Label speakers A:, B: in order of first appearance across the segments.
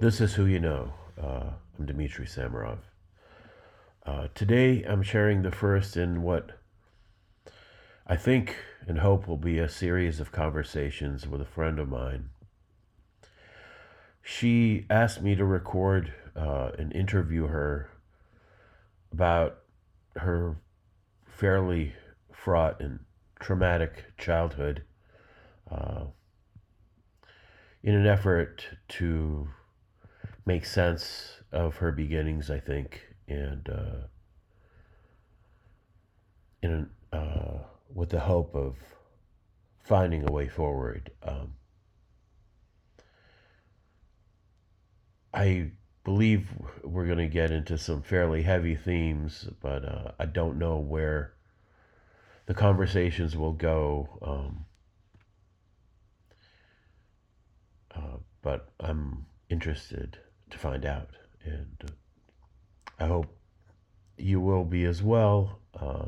A: This is Who You Know. Uh, I'm Dmitry Samarov. Uh, today I'm sharing the first in what I think and hope will be a series of conversations with a friend of mine. She asked me to record uh, and interview her about her fairly fraught and traumatic childhood uh, in an effort to make sense of her beginnings, I think, and uh, in an, uh, with the hope of finding a way forward. Um, I believe we're going to get into some fairly heavy themes, but uh, I don't know where the conversations will go. Um, uh, but I'm interested to find out, and uh, I hope you will be as well. Uh,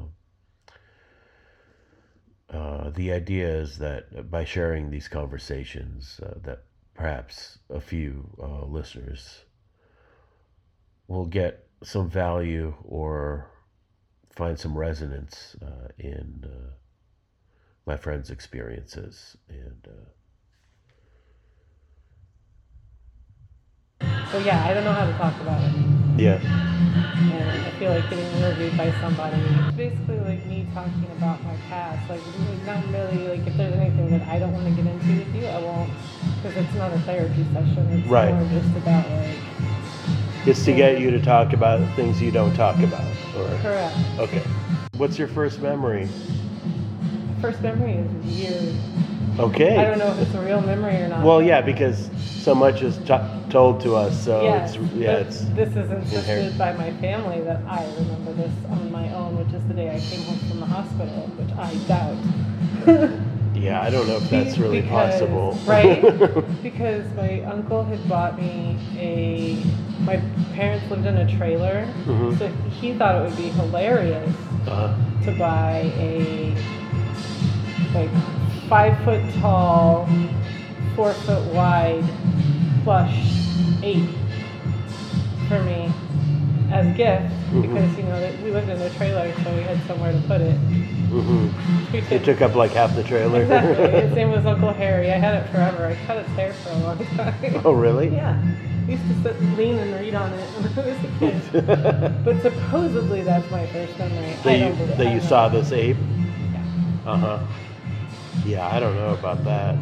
A: uh, the idea is that by sharing these conversations, uh, that perhaps a few uh, listeners will get some value or find some resonance uh, in uh, my friend's experiences. And uh,
B: So yeah, I don't know how to talk about it,
A: yeah,
B: and I feel like getting interviewed by somebody. It's basically like me talking about my past, like really- not really like if there's anything that I don't want to get into with you, I won't, because it's not a therapy session. It's
A: Right.
B: more just about like
A: it's to get you to talk about things you don't talk about. Or
B: correct.
A: okay, what's your first memory?
B: First memory is weird.
A: Okay.
B: I don't know if it's a real memory or not.
A: Well, yeah, because so much is to told to us, so
B: Yes,
A: it's yeah,
B: but
A: it's
B: this is insisted
A: inherent.
B: by my family that I remember this on my own, which is the day I came home from the hospital, which I doubt.
A: yeah. I don't know if that's really
B: Because-
A: possible. Uh-huh.
B: right? because my uncle had bought me a. My parents lived in a trailer,
A: Mhm.
B: so he thought it would be hilarious
A: uh,
B: to buy a like five foot tall, four foot wide plush ape for me as a gift
A: Mhm.
B: because you know that we lived in a trailer, so we had somewhere to put it.
A: mhm.
B: We
A: It took up like half the trailer.
B: Exactly. His name was Uncle Harry. I had it forever. I cut its hair for a long time.
A: oh, really?
B: yeah. I used to sit, lean and read on it when I was a kid. But supposedly that's my first memory. I
A: that
B: don't
A: you
B: believe- I
A: that you
B: don't
A: saw
B: know.
A: this ape.
B: Yeah.
A: Uh huh. Yeah, I don't know about that.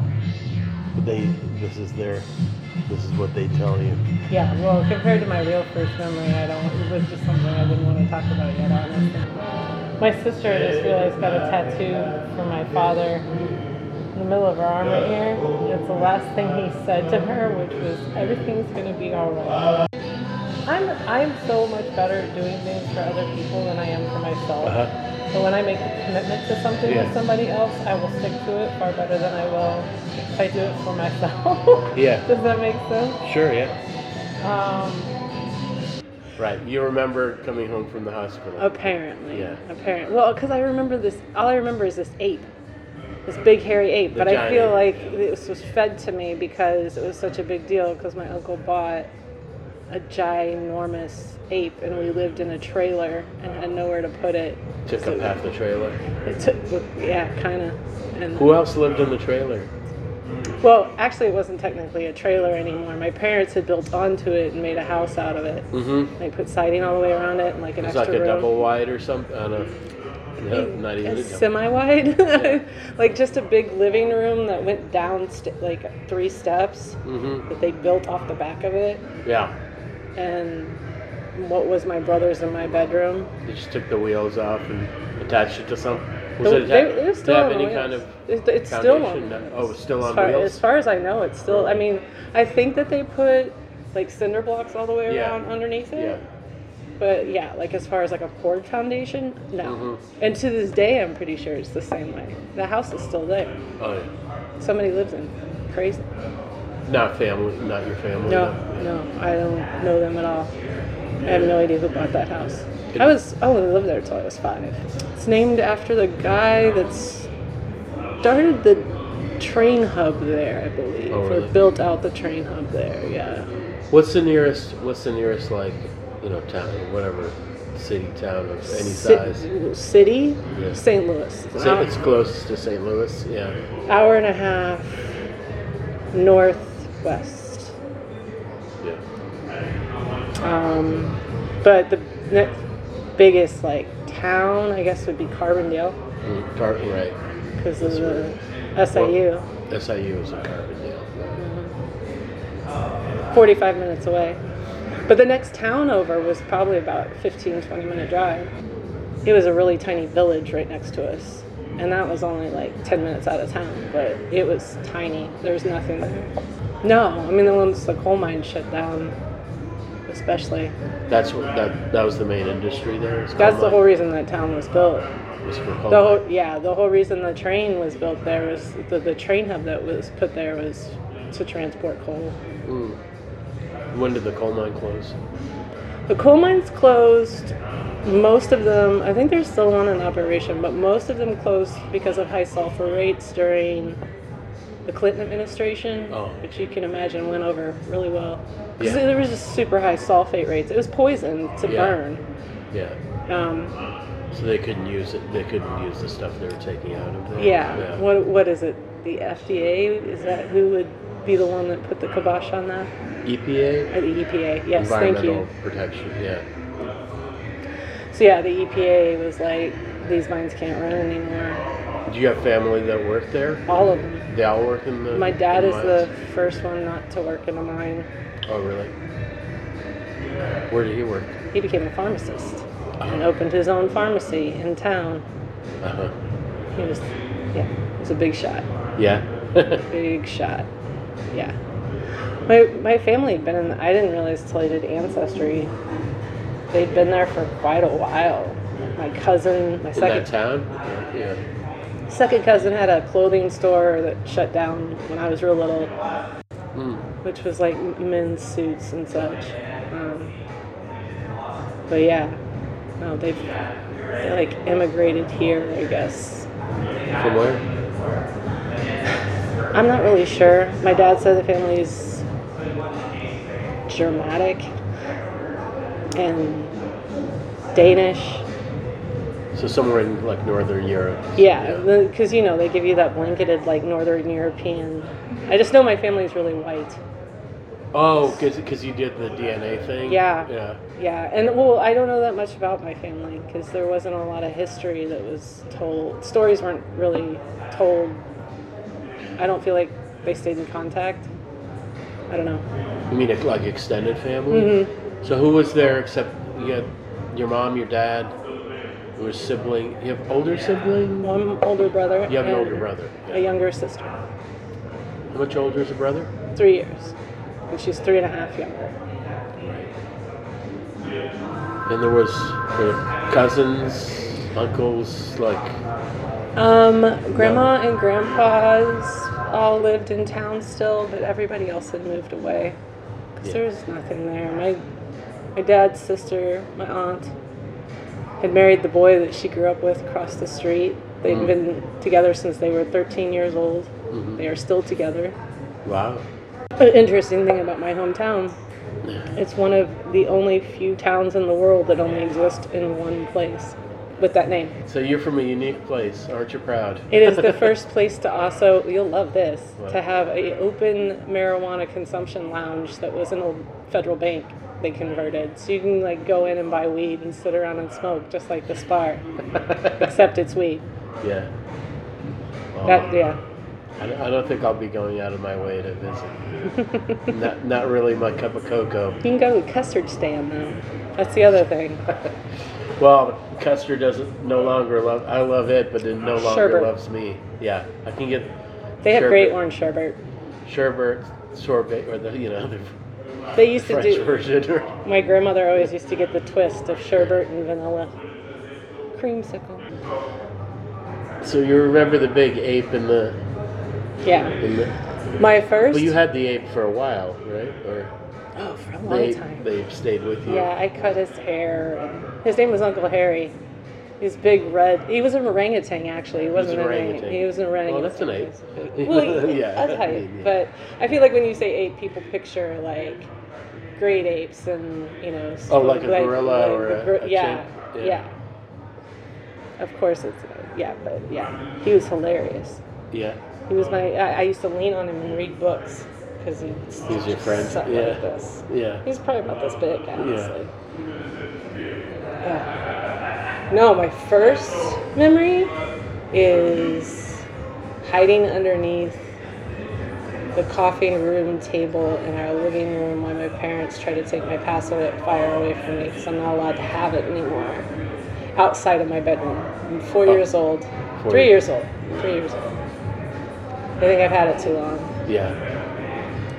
A: But they this is their this is what they tell you.
B: Yeah, well, compared to my real first memory, I don't. It was just something I didn't want to talk about yet, honestly. My sister I just realized got a tattoo from my father in the middle of her arm right here. And it's the last thing he said to her, which was, "Everything's gonna be alright." I'm I'm so much better at doing things for other people than I am for myself.
A: Uh-huh.
B: But when I make a commitment to something
A: Yeah.
B: with somebody else, I will stick to it far better than I will if I do it for myself.
A: Yeah.
B: Does that make sense?
A: Sure. Yeah.
B: Um,
A: Right. You remember coming home from the hospital.
B: apparently.
A: Yeah.
B: Apparently. Well, because I remember this. All I remember is this ape, this big hairy ape.
A: The
B: but I
A: giant
B: feel
A: ape,
B: like this was fed to me because it was such a big deal. Because my uncle bought a ginormous ape, and we lived in a trailer and had nowhere to put it.
A: Took
B: So
A: up half the trailer.
B: It took, yeah, kind of. And
A: Who else lived in the trailer?
B: well, actually, it wasn't technically a trailer anymore. My parents had built onto it and made a house out of it.
A: Mm-hmm.
B: They put siding all the way around it and like an
A: It's
B: extra
A: like a
B: room.
A: double wide or something. I don't know. No, not even a
B: a
A: double.
B: semi-wide,
A: Yeah.
B: like just a big living room that went down st- like three steps
A: Mm-hmm.
B: that they built off the back of it,
A: Yeah.
B: and what was my brother's in my bedroom.
A: They just took the wheels off and attached it to some. Was
B: So
A: it
B: they-
A: attached?
B: it
A: did it
B: was still
A: have
B: on
A: any
B: wheels.
A: kind of?
B: It's- it's still
A: foundation?
B: on.
A: No.
B: wheels.
A: Oh, it's still
B: as
A: on
B: far,
A: wheels?
B: As far as I know, it's still. I mean, I think that they put like cinder blocks all the way
A: Yeah.
B: around underneath it.
A: Yeah.
B: But yeah, like as far as like a poured foundation, no.
A: Mhm.
B: And to this day, I'm pretty sure it's the same way. The house is still there.
A: Oh, yeah.
B: Somebody lives in. it. Crazy.
A: Not family. Not your family.
B: No,
A: though.
B: no, I don't know them at all. I have no idea who bought that house.
A: Did-
B: I was I only lived there until I was five. It's named after the guy that started the train hub there, I believe,
C: Oh,
B: or
C: really?
B: built out the train hub there. Yeah,
C: What's the nearest? What's the nearest like, you know, town or whatever, city, town of any
B: Ci-
C: size?
B: City,
C: Yeah.
B: St. Louis. It's
C: Say
B: an
C: it's close to St. Louis. Yeah.
B: hour and a half northwest.
C: Yeah.
B: Um, but the next biggest like town, I guess, would be Carbondale
C: Mm, Tar- right.
B: because of the SIU.
C: SIU is in Carbondale.
B: 45 minutes away. But the next town over was probably about 15, 20 minute drive. It was a really tiny village right next to us. And that was only like 10 minutes out of town, but it was tiny. There was nothing there. No, I mean, the ones the coal mine shut down, especially.
C: That's what that that was the main industry there. is
B: That's the
C: coal
B: whole reason that town was built.
C: mine- was for coal
B: The
C: mine.
B: whole, yeah, the whole reason the train was built there was the, the train hub that was put there was to transport coal.
C: Mm. When did the coal mine close?
B: The coal mines closed. Most of them, I think there's still one in operation, but most of them closed because of high sulfur rates during the Clinton administration,
C: Oh.
B: which you can imagine went over really well. 'Cause
C: Yeah.
B: There was just super high sulfate rates. It was poison to
C: Yeah.
B: burn.
C: Yeah.
B: Um,
C: So they couldn't use it. They couldn't use the stuff they were taking out of there.
B: yeah.
C: Yeah.
B: What what is it? The FDA is that who would be the one that put the kibosh on that?
C: EPA.
B: Or the EPA? Yes, thank
C: E Environmental
B: you.
C: protection. Yeah.
B: So yeah, the EPA was like, these mines can't run anymore.
C: Do you have family that work there?
B: All of them.
C: They all work in the.
B: My dad
C: in
B: is the first one not to work in a mine.
C: mines? Oh really? Where did he work?
B: He became a pharmacist and opened his own pharmacy in town.
C: Uh huh.
B: He was, yeah, he was a big shot.
C: Yeah.
B: Big shot. Yeah. My, my family had been in, I didn't realize till I did Ancestry, they'd been there for quite a while. My cousin, my
C: in that
B: second,
C: town. Yeah.
B: second cousin had a clothing store that shut down when I was real little.
C: Mm.
B: which was like men's suits and such. Um, but yeah, no, they've they like immigrated here, I guess.
C: From where?
B: I'm not really sure. My dad said the family's Germanic and Danish.
C: So somewhere in like northern Europe.
B: Yeah, because you know they give you that blanketed like Northern European. I just know my family's really white.
C: Oh, because you did the DNA thing.
B: Yeah.
C: Yeah.
B: Yeah, and well, I don't know that much about my family because there wasn't a lot of history that was told. Stories weren't really told. I don't feel like they stayed in contact. I don't know.
C: You mean like, like extended family?
B: Mm-hmm.
C: So who was there except you had your mom, your dad, your sibling? You have older sibling?
B: One older brother.
C: You have an
B: and
C: older brother. Yeah.
B: A younger sister,
C: How much older is a brother?
B: three years, and she's three and a half younger.
C: Right. And there was there were cousins, uncles, like
B: Um, grandma and grandpa's all lived in town still, but everybody else had moved away. 'Cause
C: Yeah.
B: there was nothing there. My my dad's sister, my aunt, had married the boy that she grew up with across the street. they had
C: Mm.
B: been together since they were 13 years old.
C: Mhm.
B: They are still together.
C: wow.
B: An interesting thing about my hometown,
C: Yeah.
B: it's one of the only few towns in the world that only exist in one place with that name.
C: So you're from a unique place, aren't you proud?
B: It is the first place to also, you'll love this,
C: What?
B: to have a open marijuana consumption lounge that was an old federal bank they converted. So you can like go in and buy weed and sit around and smoke just like this bar, except it's weed.
C: yeah. Oh,
B: That yeah.
C: I, don't- I don't think I'll be going out of my way to visit. not, not really my cup of cocoa.
B: You can go to a custard stand though. That's the other thing.
C: Well, custard doesn't no longer love. I love it, but it no longer
B: Sherbet.
C: loves me. Yeah, I can get
B: They have
C: Sherbet.
B: great orange sherbet.
C: sherbet, sorbet, or the you know the
B: They used to
C: French
B: do
C: version. Or,
B: my grandmother always used to get the twist of sherbet and vanilla. Creamsicle.
C: so you remember the big ape in the
B: Yeah.
C: in the?
B: My first
C: Well, you had the ape for a while, right? Or
B: Oh, for a
C: the
B: long
C: ape,
B: time.
C: the ape stayed with you.
B: Yeah, I cut his hair. His name was Uncle Harry. He's big red. He was an orangutan, actually. He wasn't an orangutan. He was an
C: Well,
B: orangutan.
C: that's an ape.
B: Well,
C: yeah.
B: yeah, that's
C: I mean,
B: hype.
C: yeah.
B: But I feel like when you say ape, people picture like great apes and you know.
C: Oh, like a
B: like-
C: gorilla
B: like
C: or
B: the
C: a-
B: gor-
C: a
B: yeah,
C: chimp,
B: yeah,
C: yeah.
B: Of course, it's an ape. yeah, but yeah, he was hilarious.
C: yeah,
B: He was my. I, I used to lean on him and read books because he
C: He's your friend,
B: Sucked
C: yeah.
B: like this.
C: yeah.
B: He's probably about this big, honestly. Yeah. No, my first memory is hiding underneath the coffee room table in our living room when my parents tried to take my Pasolette fire away from me because I'm not allowed to have it anymore. Outside of my bedroom, I'm four years old,
C: Oh. Four
B: three
C: years-
B: years old, three years old. I think I've had it too long
C: yeah.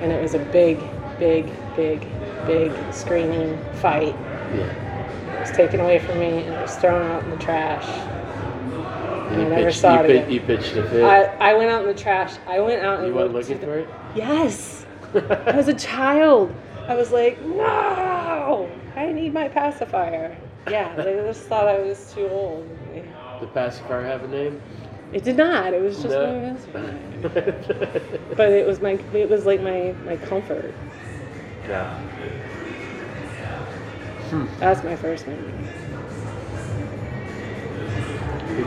B: and it was a big, big, big, big screaming fight.
C: Yeah.
B: It was taken away from me and it was thrown out in the trash.
C: And
B: I never saw
C: you
B: it
C: pitched,
B: again.
C: you pitched a fit.
B: I, I went out in the trash. I went out and
C: you
B: looked
C: went looking
B: to the-
C: for it?
B: Yes, I was a child. I was like, no, I need my pacifier. Yeah, they just thought I was too old.
C: the pacifier have a name?
B: It did not. It was just my pacifier. But it was my. It was like my my comfort.
C: yeah.
B: That's my first memory.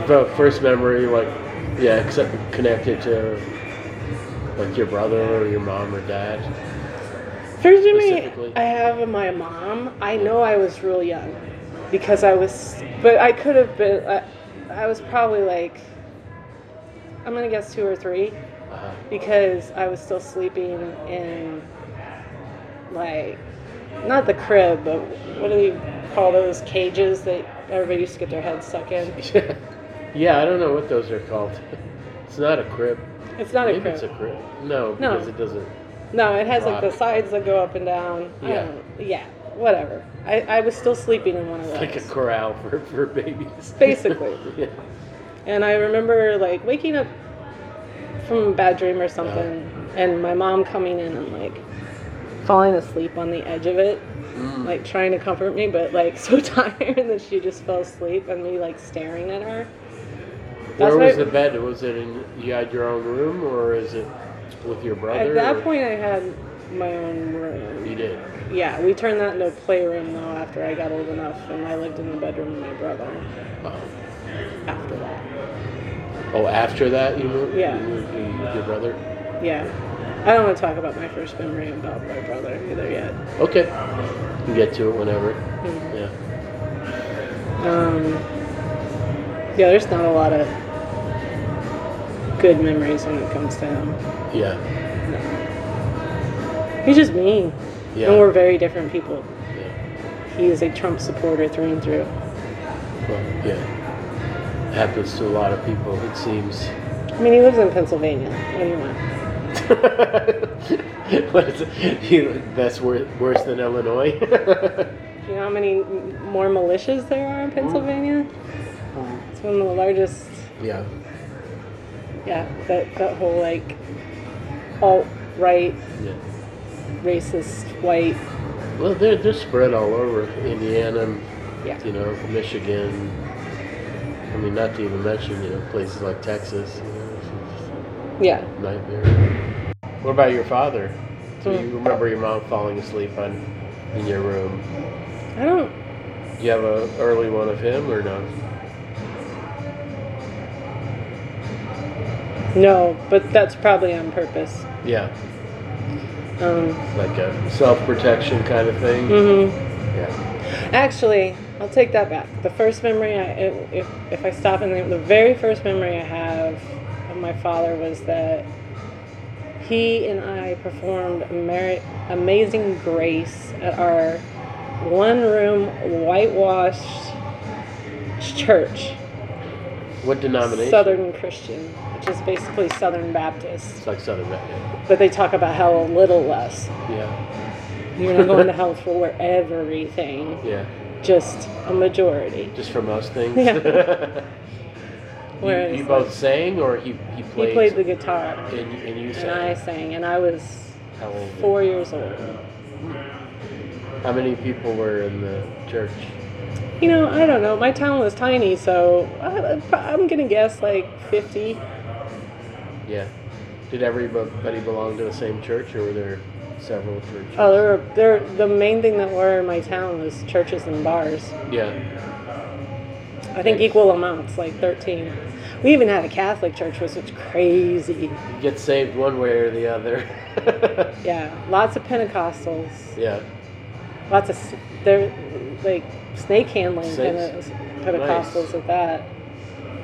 C: But first memory, like, yeah, except connected to like your brother or your mom or dad.
B: First memory
C: Specifically.
B: I have of my mom, I know I was real young because I was, but I could have been, I, I was probably like, I'm gonna guess two or three
C: Uh,
B: because I was still sleeping in, like, not the crib, but what do we call those cages that everybody used to get their heads stuck in?
C: yeah, I don't know what those are called. It's not a crib.
B: It's not a
C: Maybe
B: crib.
C: it's a crib. No,
B: No.
C: because it doesn't.
B: No, it has like the
C: Rock.
B: sides that go up and down. I
C: Yeah.
B: don't, yeah, whatever. I, I was still sleeping in one of those.
C: It's like a corral for, for babies.
B: Basically.
C: yeah.
B: And I remember like waking up from a bad dream or something, and my mom coming in and like falling asleep on the edge of it,
C: Mm.
B: like trying to comfort me, but like so tired that she just fell asleep and me like staring at her.
C: Where
B: my-
C: was the bed? Was it in, you had your own room or is it with your brother?
B: At that
C: or-
B: point, I had my own room.
C: You did.
B: Yeah, we turned that into a playroom though after I got old enough, and I lived in the bedroom with my brother
C: Oh,
B: after that.
C: oh after that you moved?
B: Yeah.
C: You moved to your brother?
B: Yeah. I don't want to talk about my first memory about my brother either yet.
C: Okay. You can get to it whenever. Yeah.
B: Um, yeah, there's not a lot of good memories when it comes to him.
C: Yeah.
B: He's just mean.
C: Yeah.
B: And we're very different people.
C: yeah.
B: He is a Trump supporter through and through.
C: Well, yeah. Happens to a lot of people, it seems.
B: I mean, he lives in Pennsylvania. What do you want?
C: what is it? You, that's wor- worse than Illinois.
B: Do you know how many m- more militias there are in Pennsylvania? It's one of the largest.
C: yeah.
B: Yeah, that, that whole like alt right,
C: Yeah.
B: racist, white.
C: Well, they're, they're spread all over Indiana,
B: Yeah.
C: you know, Michigan. I mean, not to even mention, you know, places like Texas. You know, it's just
B: Yeah.
C: a nightmare. What about your father? Do
B: Hmm.
C: you remember your mom falling asleep on in your room?
B: I don't.
C: Do you have a early one of him or no?
B: No, but that's probably on purpose.
C: Yeah,
B: Um,
C: like a self protection kind of thing.
B: mhm.
C: Yeah.
B: Actually, I'll take that back. The first memory, I, if, if- if I stop and think, the very first memory I have of my father was that he and I performed Ameri- Amazing Grace at our one room whitewashed church,
C: What denomination?
B: Southern Christian, which is basically Southern Baptist.
C: It's like Southern Baptist.
B: But they talk about hell a little less.
C: Yeah.
B: You're not going to hell for everything,
C: Yeah.
B: just a majority.
C: Just for most things.
B: Yeah.
C: you,
B: Where
C: you
B: it's
C: both sang or he, he played?
B: He played the guitar,
C: And, and you
B: and
C: sang.
B: I sang, and I was
C: How old?
B: four years old.
C: How many people were in the church?
B: I think You know, I don't know. My town was tiny, so I, I- I'm gonna guess like 50.
C: Yeah. Did everybody belong to the same church, or were there several churches?
B: Oh, there were there. The main thing that were in my town was churches and bars.
C: Yeah.
B: I think equal amounts, like 13. We even had a Catholic church, which was crazy.
C: You get saved one way or the other.
B: Yeah, lots of Pentecostals,
C: yeah.
B: lots of s- there, like snake handling Pente-
C: Snakes.
B: Pentecostals at that.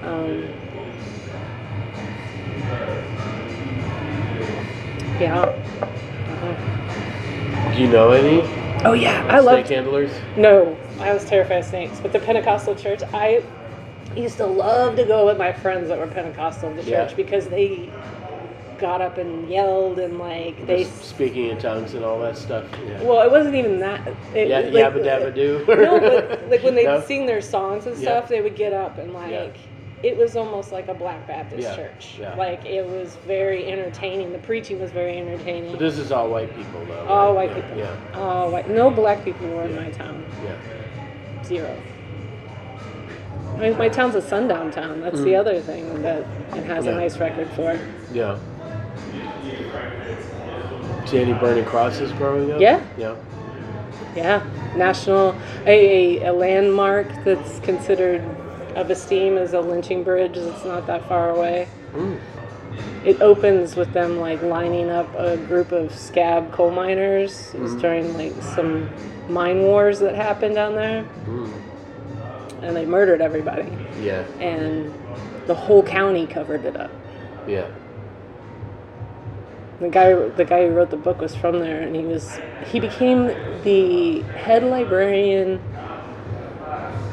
B: Um, yeah. Uh-huh.
C: Do you know any
B: Oh yeah, I
C: snake
B: love
C: handlers?
B: No, I was terrified of snakes. But the Pentecostal church, I used to love to go with my friends that were Pentecostal to
C: Yeah.
B: church because they got up and yelled and like they.
C: Just speaking in tongues and all that stuff. Yeah.
B: Well, it wasn't even that. It,
C: yeah,
B: like,
C: yabba dabba do.
B: No, but like when they
C: No?
B: would sing their songs and
C: Yeah.
B: stuff, they would get up and like.
C: Yeah.
B: It was almost like a Black Baptist
C: Yeah,
B: church.
C: yeah.
B: Like it was very entertaining. The preaching was very entertaining.
C: But this is all white people, though.
B: all
C: right?
B: white
C: Yeah,
B: people. All white. No black people were in my town.
C: Yeah,
B: zero. I mean, my town's a sundown town. That's the other thing that it has a
C: Mm. Yeah.
B: nice record for.
C: yeah. yeah. See any burning crosses growing up?
B: Yeah.
C: Yeah.
B: Yeah, national a, a, a landmark that's considered of esteem is a lynching bridge. It's not that far away.
C: Mm.
B: It opens with them like lining up a group of scab coal miners. It was during like some mine wars that happened down there,
C: Mm.
B: and they murdered everybody.
C: Yeah,
B: And the whole county covered it up.
C: yeah.
B: The guy, the guy who wrote the book was from there, and he was he became the head librarian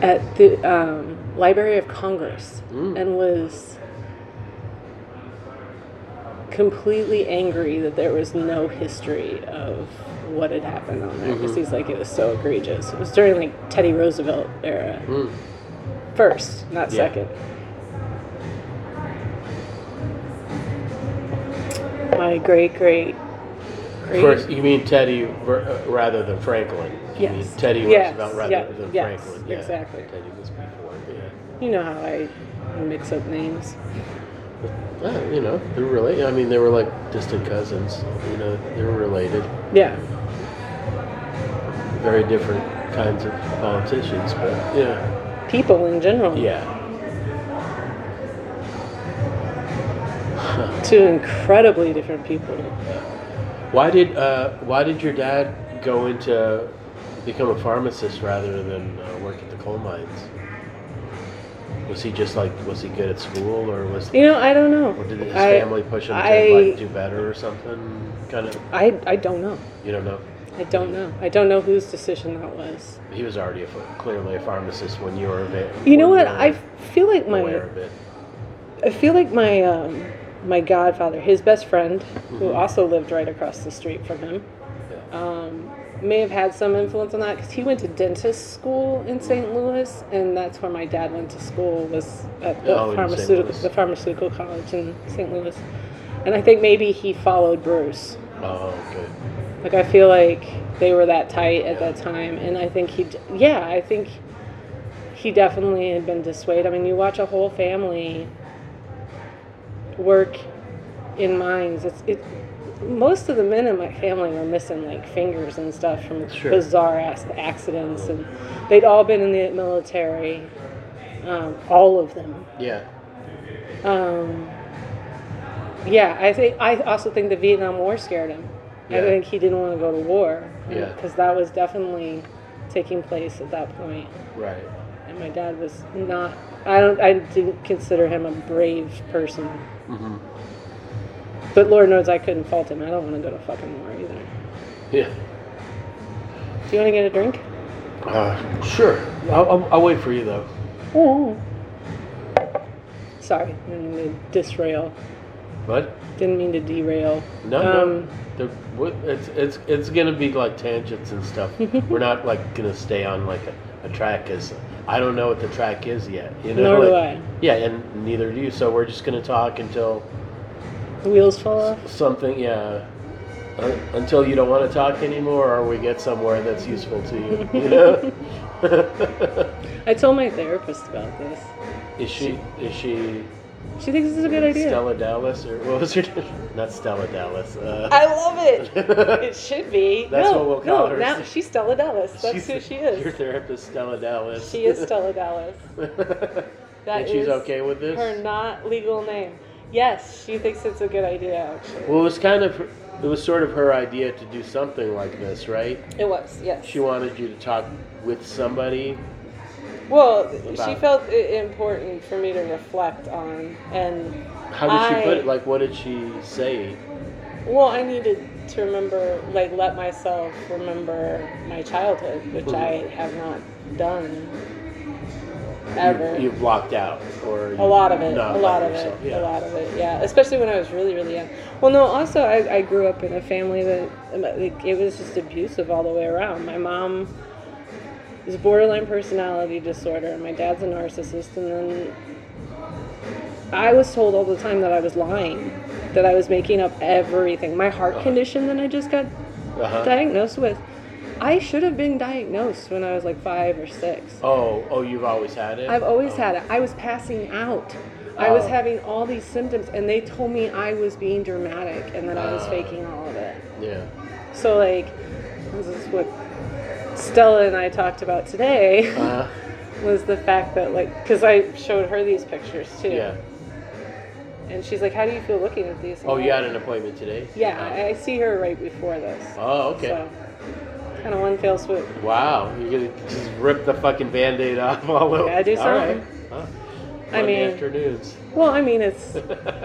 B: at the um, Library of Congress,
C: Mm.
B: and was completely angry that there was no history of what had happened on there
C: Mm-hmm.
B: because he's like it was so egregious. It was during like Teddy Roosevelt era,
C: Mm.
B: first, not
C: Yeah.
B: second. My great great great
C: First, you mean Teddy ver- uh, rather than Franklin? You
B: Yes.
C: mean Teddy
B: Yes,
C: Roosevelt rather
B: yeah,
C: than
B: yes,
C: Franklin? Yeah.
B: exactly.
C: Teddy was before. Yeah.
B: You know how I mix up names.
C: Well, you know, they were related. I mean, they were like distant cousins. You know, they were related.
B: Yeah.
C: Very different kinds of politicians, but yeah,
B: People in general.
C: yeah.
B: Two incredibly different people.
C: Why did uh, Why did your dad go into become a pharmacist rather than uh, work at the coal mines? Was he just like Was he good at school, or was
B: You know, I don't know.
C: or did his
B: I-
C: family push him
B: I,
C: to like do better or something? Kind of.
B: I, I don't know.
C: You don't know.
B: I don't know. I don't know whose decision that was.
C: He was already a, ph- clearly a pharmacist when you were a bit.
B: You know what? I feel like
C: aware
B: my
C: of it.
B: I feel like my um, my godfather, his best friend,
C: Mm-hmm.
B: who also lived right across the street from him,
C: Yeah.
B: um, may have had some influence on that because he went to dentist school in St. Louis, and that's where my dad went to school was at the
C: Oh, in St.
B: pharmaceutical
C: Louis.
B: the pharmaceutical college in St. Louis, and I think maybe he followed Bruce.
C: oh, okay.
B: Like I feel like they were that tight at that time, and I think he, d- yeah, I think he definitely had been dissuaded. I mean, you watch a whole family work in mines. It's it. Most of the men in my family were missing like fingers and stuff from
C: Sure.
B: bizarre ass accidents, and they'd all been in the military. Um, all of them.
C: Yeah.
B: Um, yeah, I think I also think the Vietnam War scared him. I
C: Yeah.
B: think he didn't want to go to war.
C: Yeah.
B: Because that was definitely taking place at that point,
C: Right.
B: and my dad was not. I don't. I didn't consider him a brave person.
C: Mm-hmm.
B: But Lord knows I couldn't fault him. I don't want to go to fucking war either.
C: Yeah.
B: Do you want to get a drink?
C: Uh, sure. I'll, I'll, I'll wait for you though.
B: Oh. Sorry, didn't mean to disrail.
C: What?
B: Didn't mean to derail.
C: No, no.
B: Um,
C: The, what, it's it's it's gonna be like tangents and stuff. We're not like gonna stay on like a, a track as I don't know what the track is yet. You know,
B: Nor do
C: like-
B: I.
C: Yeah, and neither do you. So we're just gonna talk until
B: The wheels fall off.
C: something. Yeah, uh, until you don't want to talk anymore, or we get somewhere that's useful to you. You know.
B: I told my therapist about this.
C: is she is she
B: She thinks it's a good idea.
C: Stella Dallas or what was her name? Not Stella Dallas. Uh,
B: I love it. It should be.
C: That's
B: no,
C: what we'll call
B: no,
C: her.
B: Now she's Stella Dallas. That's
C: she's-
B: who she
C: Your
B: is.
C: therapist, Stella Dallas.
B: She is Stella Dallas. That
C: and she's
B: is
C: okay with this.
B: Her not legal name. Yes, she thinks it's a good idea. Actually,
C: Well, it was kind of it was sort of her idea to do something like this, right?
B: it was. Yes.
C: She wanted you to talk with somebody.
B: well, she
C: about-
B: felt it important for me to reflect on, and
C: How did
B: I-
C: she put it? Like, what did she say?
B: Well, I needed to remember, like, let myself remember my childhood, which I have not done ever.
C: You, you blocked out, or
B: a lot of it,
C: not
B: a lot
C: let
B: of
C: yourself-
B: it,
C: yeah.
B: a lot of it, yeah. Especially when I was really, really young. Well, no, also I, I grew up in a family that like, it was just abusive all the way around. My mom is borderline personality disorder, and my dad's a narcissist, and then I was told all the time that I was lying, that I was making up everything. My heart condition that I just got
C: Uh-huh.
B: diagnosed with, I should have been diagnosed when I was like five or six.
C: Oh, oh, you've always had it.
B: I've always
C: Oh.
B: had it. I was passing out. I was
C: Oh.
B: having all these symptoms, and they told me I was being dramatic and that I was faking all of it.
C: Yeah.
B: So, like, this is what Stella and I talked about today
C: Uh,
B: was the fact that, like, because I showed her these pictures too.
C: yeah.
B: And she's like, How do you feel looking at these?
C: Oh,
B: And
C: you
B: I'm
C: had
B: like,
C: an appointment today.
B: Yeah, I I see her right before this.
C: Oh, okay.
B: So, kind of one fell swoop.
C: Wow, you're gonna just rip the fucking band-aid off all over.
B: Gotta do
C: All right.
B: something.
C: Huh.
B: I
C: Monday
B: mean-
C: afternoons.
B: Well, I mean, it's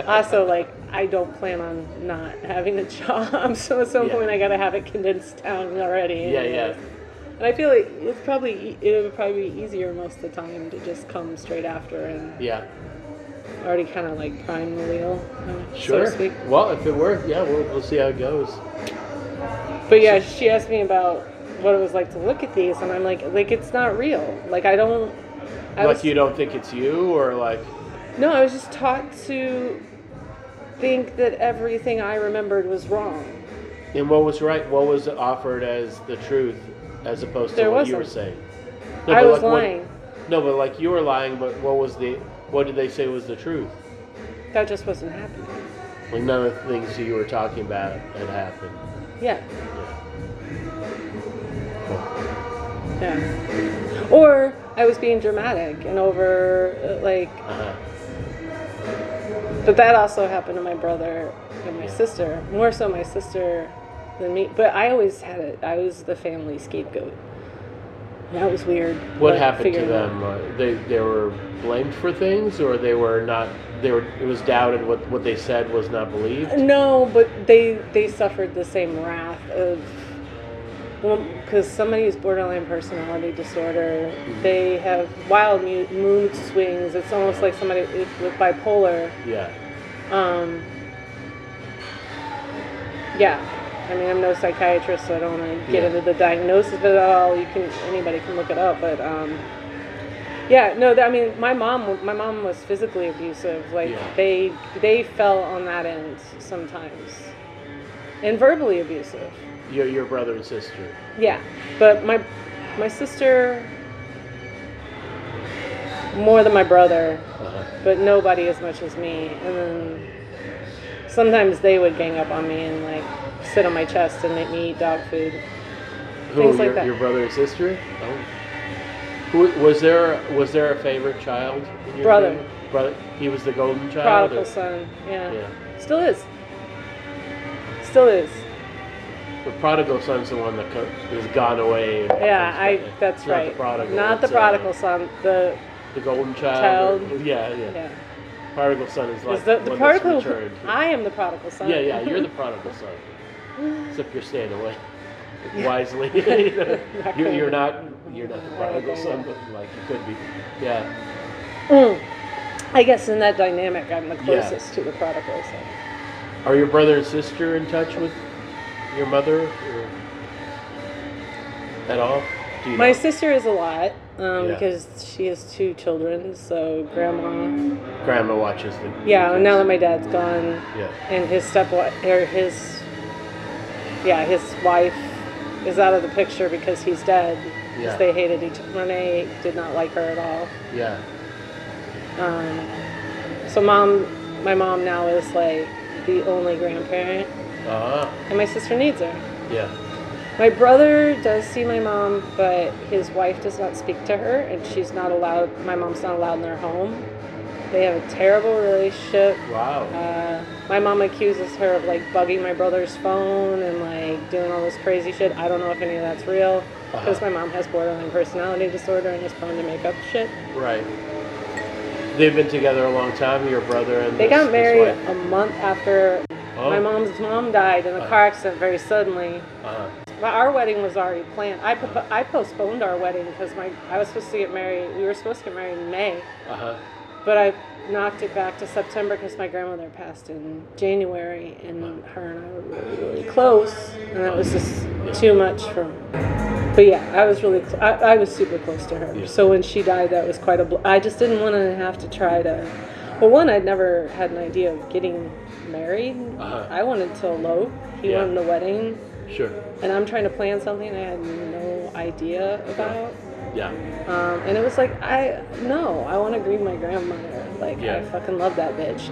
B: also like I don't plan on not having a job, so at some
C: Yeah.
B: point I gotta have it condensed down already.
C: Yeah, yeah.
B: And I feel like it's probably e- it would probably be easier most of the time to just come straight after and
C: Yeah.
B: already kind of like prime the wheel, uh, so
C: Sure.
B: to speak.
C: Well, if it worked, yeah, we'll, we'll see how it goes.
B: But yeah, she asked me about what it was like to look at these, and I'm like, like it's not real. Like I don't. I
C: like
B: was
C: you don't think it's you, or like
B: No, I was just taught to think that everything I remembered was wrong.
C: And what was right? What was offered as the truth, as opposed
B: There
C: to what you were
B: wasn't.
C: saying?
B: I
C: but
B: was
C: what-
B: lying.
C: no, but like you were lying. But what was the? What did they say was the truth?
B: That just wasn't happening.
C: Like none of the things you were talking about had happened.
B: Yeah.
C: Yeah. Cool.
B: Yeah. Or I was being dramatic and over, uh, like,
C: Uh-huh.
B: but that also happened to my brother and my
C: Yeah.
B: sister. More so my sister than me. But I always had it. I was the family scapegoat. That was weird.
C: What
B: like,
C: happened to
B: figuring out.
C: them? Uh, they they were blamed for things, or they were not. They were. It was doubted what what they said was not
B: Uh,
C: believed.
B: No, but they they suffered the same wrath of because somebody who's borderline personality disorder, they have wild mu- mood swings. It's almost like somebody if- with bipolar.
C: Yeah.
B: Um, yeah, I mean I'm no psychiatrist, so I don't want to get
C: Yeah.
B: into the diagnosis of it at all. You can anybody can look it up, but um, yeah, no, I mean my mom my mom was physically abusive. Like
C: Yeah.
B: they they fell on that end sometimes, and verbally abusive.
C: Your your brother and sister.
B: Yeah, but my my sister more than my brother
C: Uh-huh.
B: but nobody as much as me. And then sometimes they would gang up on me and like sit on my chest and make me eat dog food.
C: Who,
B: Things like
C: your,
B: that.
C: your brother and sister? Oh. Who was there? Was there a favorite child? in your
B: Brother.
C: family? Brother. He was the golden child.
B: Prodigal
C: or-
B: son, yeah.
C: Yeah.
B: Still is. Still is.
C: The prodigal son's the one that co- has gone away. and
B: Yeah,
C: comes
B: I.
C: back.
B: That's
C: It's
B: right.
C: Not the prodigal.
B: Not the
C: it's, uh,
B: prodigal son. The
C: the golden child. or-
B: child.
C: yeah, yeah,
B: yeah.
C: Prodigal son is like
B: 'Cause the, the
C: one that's
B: prodigal.
C: returned.
B: I am the prodigal son.
C: yeah, yeah. You're the prodigal son. Except you're staying away wisely. you're, you're not. You're not the prodigal son, but like you could be. Yeah.
B: Mm. I guess in that dynamic, I'm the
C: Yeah.
B: closest to the prodigal son.
C: Are your brother and sister in touch with your mother or at all? Do you
B: My
C: know?
B: sister is a lot um,
C: Yeah.
B: because she has two children. So grandma.
C: grandma watches the.
B: Yeah. Now that my dad's gone,
C: Yeah.
B: and his stepwife or his yeah his wife is out of the picture because he's dead because
C: Yeah.
B: they hated each. Renee did not like her at all.
C: Yeah.
B: Um, so mom, my mom now is like the only grandparent,
C: Uh huh.
B: and my sister needs her.
C: Yeah.
B: My brother does see my mom, but his wife does not speak to her, and she's not allowed. My mom's not allowed in their home. They have a terrible relationship.
C: Wow.
B: Uh, my mom accuses her of like bugging my brother's phone and like doing all this crazy shit. I don't know if any of that's real because my mom has borderline personality disorder and is prone to make up shit.
C: Right. They've been together a long time. Your brother and
B: They
C: this-
B: got
C: this
B: married
C: wife.
B: a month after
C: Oh.
B: my mom's mom died in a car accident very suddenly.
C: Uh-huh.
B: But our wedding was already planned. I, po- I postponed our wedding because my I was supposed to get married. We were supposed to get married in May,
C: Uh huh.
B: but I knocked it back to September because my grandmother passed in January, and her and I were really, really close, and that was just too much for. But yeah, I was really cl- I, I was super close to her.
C: Yeah.
B: So when she died, that was quite a. Bl- I just didn't want to have to try to. Well, one, I'd never had an idea of getting married.
C: Uh-huh.
B: I wanted to elope. He
C: Yeah.
B: wanted a wedding
C: Sure.
B: and I'm trying to plan something I had no idea about.
C: Yeah.
B: Um, and it was like, I no, I want to grieve my grandmother. Like,
C: Yeah.
B: I fucking love that bitch.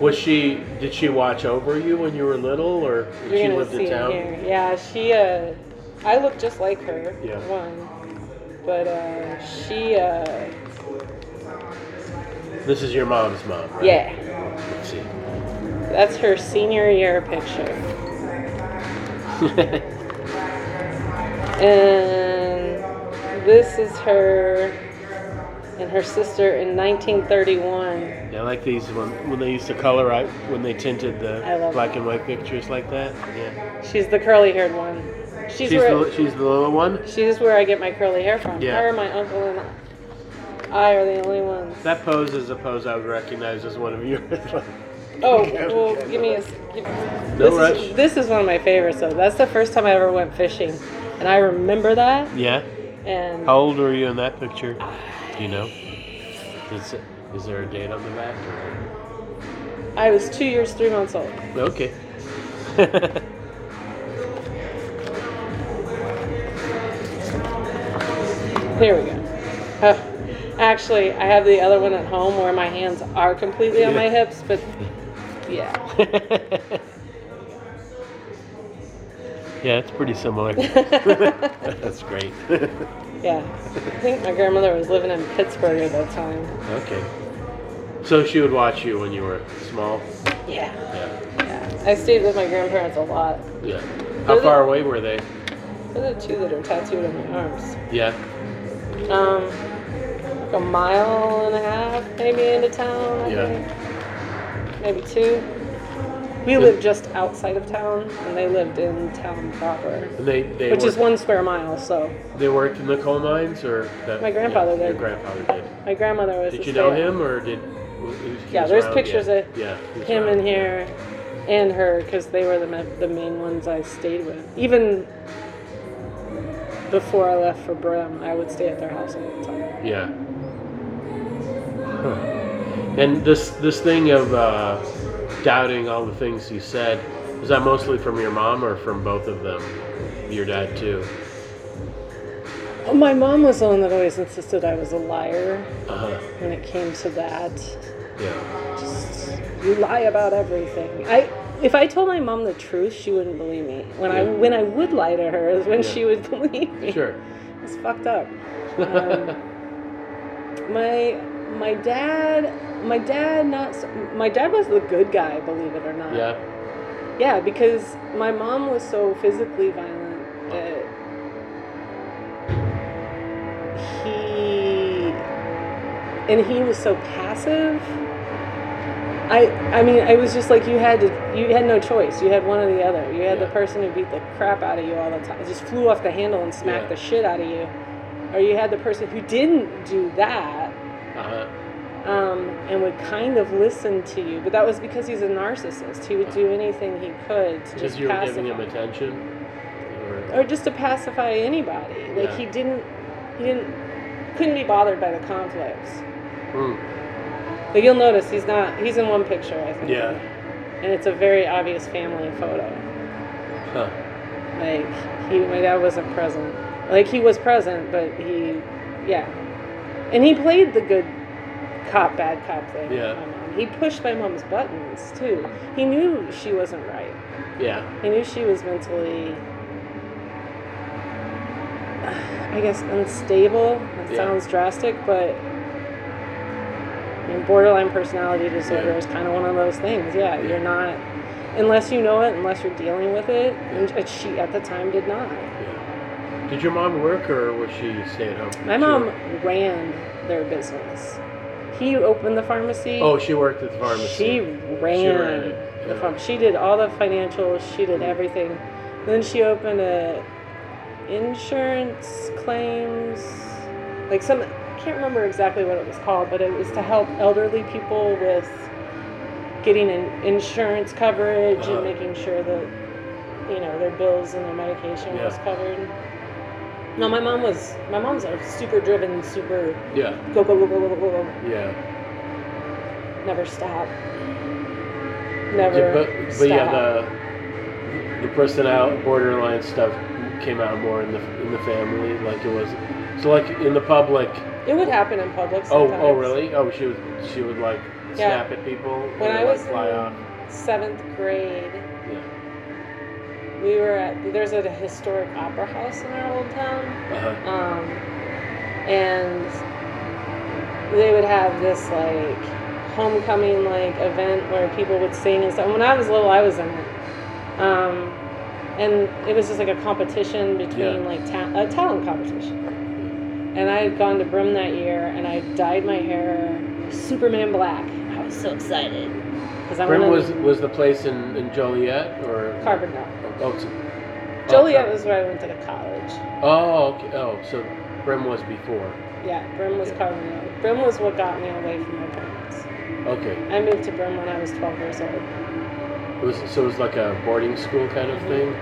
C: Was she? Did she watch over you when you were little, or did
B: You're
C: she
B: gonna
C: lived
B: see
C: in
B: it
C: town?
B: here. Yeah, she. Uh, I look just like her.
C: Yeah.
B: One, but uh, she. Uh,
C: This is your mom's mom, right?
B: yeah,
C: Let's see.
B: that's her senior year picture. And this is her and her sister in 1931.
C: Yeah, I like these when when they used to color out when they tinted
B: I
C: the
B: love
C: black and white pictures like that. Yeah.
B: She's the curly haired one. She's,
C: She's,
B: where
C: the she's the little one.
B: she's where I get my curly hair from.
C: Yeah.
B: Her, my uncle, and I are the only ones.
C: That pose is a pose I would recognize as one of yours.
B: oh, well, give me a. s- Give, this
C: rush.
B: Is, this is one of my favorites though. That's the first time I ever went fishing, and I remember that.
C: yeah.
B: And
C: How old are you in that picture? Do you know? Is, is there a date on the back?
B: I was two years, three months old.
C: Okay.
B: Here we go. Uh, actually, I have the other one at home where my hands are completely on my hips, but yeah.
C: yeah, it's pretty similar. That's great.
B: Yeah. I think my grandmother was living in Pittsburgh at that time.
C: okay. So she would watch you when you were small.
B: Yeah.
C: Yeah.
B: Yeah. I stayed with my grandparents a lot.
C: Yeah.
B: Were
C: How
B: they-
C: far away were they?
B: They're the two that are tattooed on my arms.
C: Yeah.
B: Um, like a mile and a half maybe into town. I
C: Yeah.
B: think. Maybe two. We lived just outside of town, and they lived in town proper,
C: And they they
B: which
C: worked,
B: is one square mile. So
C: they worked in the coal mines or that,
B: My grandfather
C: yeah,
B: did.
C: Your grandfather did.
B: my grandmother was.
C: Did
B: a
C: you know
B: stay-at-
C: him or did? w- he was
B: Yeah, there's
C: around?
B: pictures
C: yeah.
B: of
C: yeah, he was
B: him
C: around.
B: in here and her because they were the, ma- the main ones I stayed with. Even before I left for Brim, I would stay at their house all the time.
C: Yeah. Huh. And this this thing of uh, doubting all the things you said was that mostly from your mom or from both of them, your dad too.
B: Oh, my mom was the one that always insisted I was a liar
C: Uh huh.
B: when it came to that.
C: Yeah.
B: Just, you lie about everything. I if I told my mom the truth, she wouldn't believe me. When I
C: Yeah.
B: when I would lie to her is when
C: Yeah.
B: she would believe me.
C: Sure.
B: It's fucked up. Um, my my dad my dad not s- my dad was the good guy believe it or not
C: yeah.
B: yeah because my mom was so physically violent that he and he was so passive I, I mean I was just like you had to you had no choice you had one or the other you had the
C: Yeah.
B: person who beat the crap out of you all the time just flew off the handle and smacked
C: Yeah.
B: the shit out of you or you had the person who didn't do that
C: Uh huh.
B: um, and would kind of listen to you. But that was because he's a narcissist. He would do anything he could to
C: Because
B: just
C: you were
B: pacify,
C: giving him attention. Or,
B: or just to pacify anybody. Like
C: Yeah.
B: he didn't, he didn't, couldn't be bothered by the conflicts.
C: Hmm.
B: But you'll notice he's not. He's in one picture, I think.
C: Yeah.
B: And it's a very obvious family photo.
C: Huh.
B: Um, Like he, my dad wasn't present. Like he was present, but he, yeah, and he played the good cop, bad cop thing.
C: Yeah.
B: He pushed my mom's buttons too. He knew she wasn't right.
C: Yeah.
B: He knew she was mentally, I guess, unstable. That
C: Yeah.
B: sounds drastic, but I mean, borderline personality disorder
C: Yeah.
B: is kind of one of those things. Yeah,
C: Yeah.
B: you're not, unless you know it, unless you're dealing with it. And and she at the time did not.
C: yeah. Did your mom work or was she stay at home?
B: My
C: She
B: mom
C: worked-
B: ran their business. He opened the pharmacy.
C: Oh, she worked at the pharmacy.
B: She ran,
C: She ran it, Mm-hmm.
B: the
C: yeah.
B: farm. She did all the financials. She did everything. Then she opened a insurance claims, like some. I can't remember exactly what it was called, but it was to help elderly people with getting an insurance coverage
C: Uh-huh.
B: and making sure that you know their bills and their medication was
C: Yeah.
B: covered. No, my mom was. My mom's a super driven, super
C: Yeah.
B: go go go go go go go,
C: Yeah.
B: never stop,
C: Yeah,
B: never
C: But,
B: stop.
C: but yeah, the the personality borderline stuff came out more in the in the family, like it was. So like in the public.
B: It would happen in public.
C: Oh,
B: Sometimes.
C: oh really? Oh, she would she would like
B: Yeah.
C: snap at people
B: When
C: and
B: I
C: like
B: was
C: fly
B: in-
C: off.
B: Seventh grade,
C: Yeah.
B: we were at there's a historic opera house in our old town,
C: Uh-huh.
B: um, and they would have this like homecoming like event where people would sing and stuff. When I was little, I was in it, um, and it was just like a competition between
C: Yeah.
B: like ta- a talent competition. And I had gone to Brim that year, and I dyed my hair Superman black. I was so excited because I
C: Brim
B: wanted
C: was was the place in, in Joliet or
B: Carbondale.
C: Oh, so- oh,
B: Joliet
C: Car-
B: was where I went to college.
C: Oh, okay. Oh, so Brim was before.
B: Yeah, Brim was
C: Yeah.
B: Carbondale. Brim was what got me away from my parents.
C: Okay.
B: I moved to Brim when I was 12 years old
C: It was so it was like a boarding school kind of thing.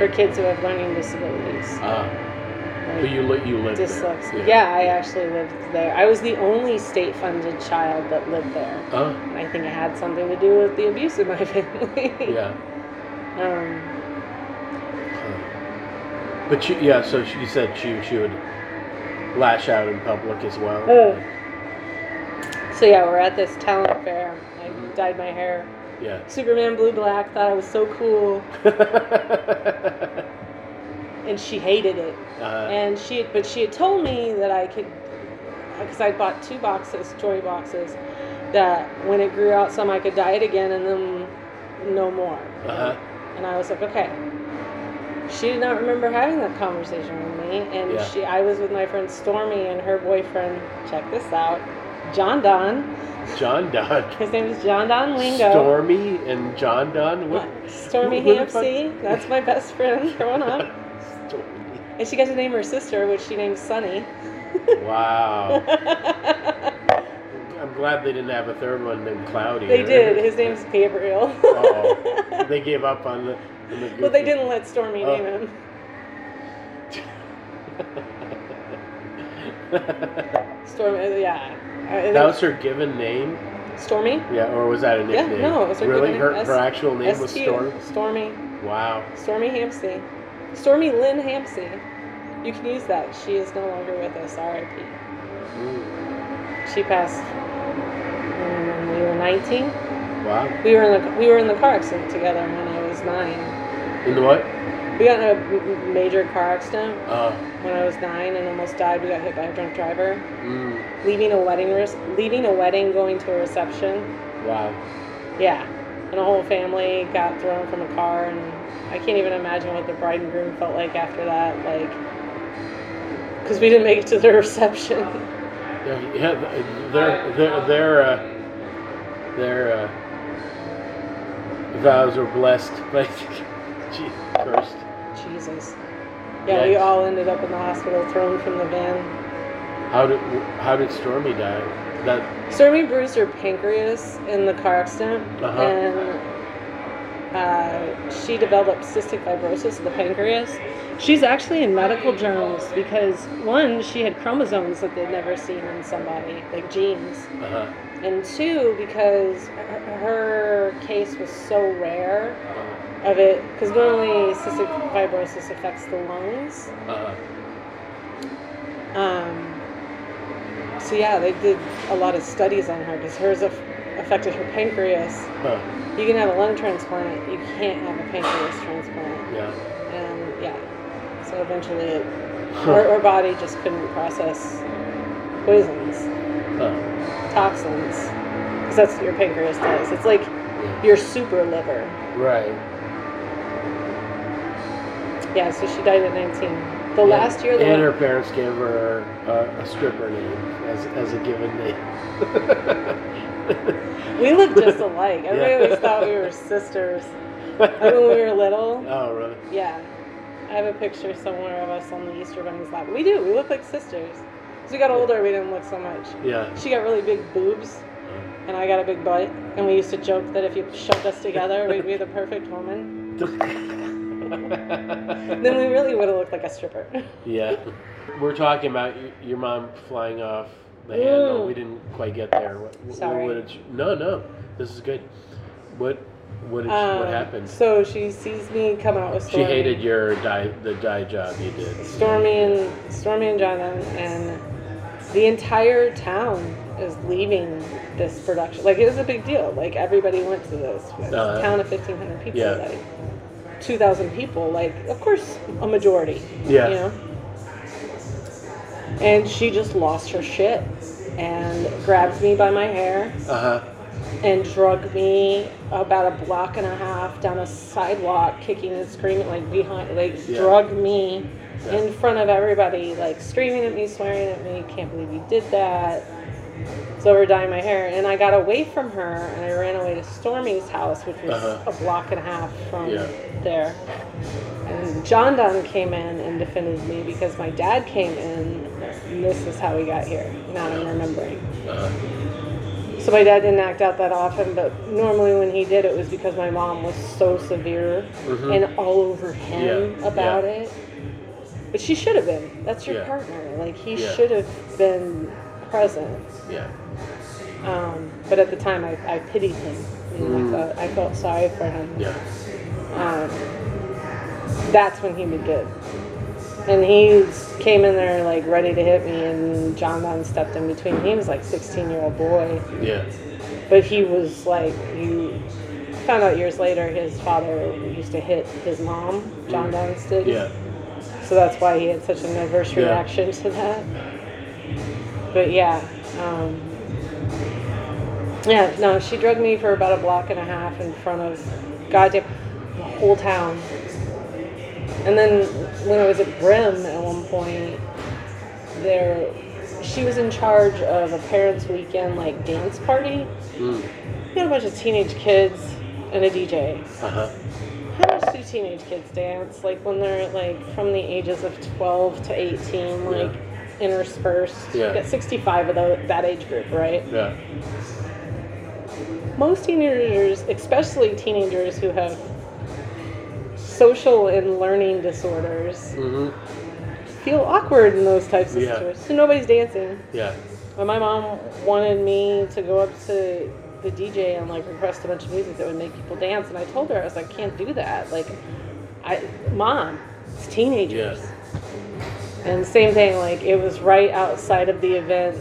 B: for kids who have learning disabilities.
C: Ah,
B: like
C: but you li- you lived there.
B: dyslexia. Yeah. I actually lived there. I was the only state funded child that lived there.
C: Oh,
B: And I think it had something to do with the abuse in my family.
C: yeah.
B: Um,
C: Uh, But she, yeah. So she said she she would lash out in public as well.
B: Oh. So yeah, we're at this talent fair. I
C: Mm-hmm.
B: dyed my hair
C: Yeah.
B: Superman blue black. Thought I was so cool,
C: uh,
B: and she hated it. And she, but she had told me that I could, because I bought two boxes, toy boxes, that when it grew out some, I could dye it again, and then no more.
C: uh-huh.
B: And I was like, okay. She did not remember having that conversation with me, and
C: Yeah.
B: she, I was with my friend Stormy and her boyfriend. Check this out, John Don.
C: John Don.
B: His name is John Don Lingo. Uh,
C: Stormy and John Don. What?
B: Stormy
C: Who- who the fuck-
B: Hampsey, that's my best friend growing up.
C: Stormy.
B: And she got to name her sister, which she named Sunny.
C: Wow. Oh. I'm glad they didn't have a third one named Cloudy.
B: they did. His name's Gabriel.
C: Oh. They gave up on the. on the
B: but they
C: goofy-
B: didn't let Stormy
C: Oh.
B: name him. Stormy, yeah. Uh,
C: that was her given name,
B: Stormy?
C: yeah, or was that a
B: Yeah,
C: nickname?
B: no, it was her
C: really
B: given
C: her,
B: name, S-
C: her actual name was
B: ST.
C: Storm.
B: Stormy.
C: Wow.
B: Stormy Hampsey. Stormy Lynn Hampsey. You can use that. She is no longer with us, RIP.
C: Mm.
B: She passed when we were 19.
C: Wow.
B: We were in the, we were in the car accident together when I was nine.
C: In the what?
B: We got in a m- m- major car accident
C: Uh,
B: when I was nine and almost died. We got hit by a drunk driver,
C: mm,
B: leaving a wedding, res- leaving a wedding, going to a reception.
C: wow.
B: Yeah, and a whole family got thrown from a car, and I can't even imagine what the bride and groom felt like after that. Like, because we didn't make it to the reception.
C: Yeah, yeah, their their their uh, their uh, vows were blessed by Gee, cursed.
B: Jesus. Yeah, we
C: Yikes.
B: all ended up in the hospital, thrown from the van.
C: How did how did Stormy die? That
B: Stormy bruised her pancreas in the car accident,
C: Uh-huh.
B: and uh, she developed cystic fibrosis of the pancreas. She's actually in medical journals because one, she had chromosomes that they'd never seen in somebody, like genes,
C: uh,
B: and two, because her her case was so rare
C: uh,
B: of it because normally cystic fibrosis affects the lungs.
C: Uh,
B: Um, so yeah, they did a lot of studies on her because hers aff affected her pancreas.
C: uh, huh,
B: You can have a lung transplant, you can't have a pancreas transplant,
C: yeah.
B: and yeah. So eventually, it, her,
C: Huh,
B: her body just couldn't process poisons,
C: huh,
B: toxins, because that's what your pancreas does. It's like
C: yeah.
B: your super liver.
C: Right.
B: Yeah, so she died at 19. The
C: Yeah.
B: last year, the
C: And
B: one,
C: her parents gave her a, a stripper name as, as a given name.
B: we looked just alike. Everybody
C: Yeah.
B: always thought we were sisters. I mean, when we were little,
C: Oh, really?
B: yeah. I have a picture somewhere of us on the Easter Bunny's lap. We do. We look like sisters. As we got older, we didn't look so much.
C: Yeah.
B: She got really big boobs, and I got a big butt. And we used to joke that if you shoved us together, we'd be the perfect woman. Then we really would have looked like a stripper.
C: yeah. We're talking about y- your mom flying off the handle.
B: Mm.
C: We didn't quite get there. What, what-
B: Sorry.
C: what did you- no, no. This is good. What what did you-
B: Um,
C: what happened?
B: So she sees me come out with
C: She
B: Stormy.
C: hated your dye the dye job you did.
B: Stormy and Stormy and John and, and the entire town is leaving this production. Like it was a big deal. Like everybody went to this It was
C: Uh,
B: a town of fifteen hundred people.
C: yeah.
B: Like two thousand people. Like of course a majority.
C: Yeah.
B: You know. And she just lost her shit and grabs me by my hair
C: Uh
B: and drug me about a block and a half down a sidewalk, kicking and screaming, like behind, like
C: Yeah.
B: drug me
C: Yeah.
B: in front of everybody, like screaming at me, swearing at me, can't believe you did that. So we're dyeing my hair, and I got away from her, and I ran away to Stormy's house, which was
C: Uh-huh.
B: a block and a half from
C: Yeah.
B: there. And John Don came in and defended me because my dad came in, and this is how we got here. Now I'm remembering.
C: huh. Uh-huh.
B: So my dad didn't act out that often, but normally when he did, it was because my mom was so severe
C: Mhm.
B: and all over him
C: Yeah,
B: about
C: yeah.
B: it. But she should have been. That's your
C: Yeah.
B: partner. Like he
C: Yeah.
B: should have been present.
C: Yeah.
B: Um, but at the time, I, I pitied him. You know,
C: Mm.
B: I, thought, I felt sorry for him.
C: Yeah.
B: Um, that's when he would get. And he came in there like ready to hit me, and John Don stepped in between. He was like 16 year old boy.
C: Yeah.
B: But he was like, you found out years later his father used to hit his mom, John Downs did.
C: Yeah.
B: So that's why he had such an adverse
C: Yeah.
B: reaction to that. But yeah, um, yeah, no, she drugged me for about a block and a half in front of goddamn the whole town. And then when I was at Brim at one point, there, she was in charge of a parents' weekend like dance party.
C: Mm.
B: We had a bunch of teenage kids and a DJ.
C: Uh huh.
B: How much do teenage kids dance? Like when they're like from the ages of 12 to 18, like interspersed.
C: Yeah.
B: You got 65 of tho- that age group, right?
C: Yeah.
B: Most teenagers, especially teenagers who have social and learning disorders,
C: Mm-hmm.
B: feel awkward in those types of
C: Yeah.
B: situations. So nobody's dancing.
C: Yeah.
B: But my mom wanted me to go up to the DJ and like request a bunch of music that would make people dance, and I told her I was like, I can't do that. Like, I, mom, it's teenagers.
C: Yeah.
B: And same thing, like it was right outside of the event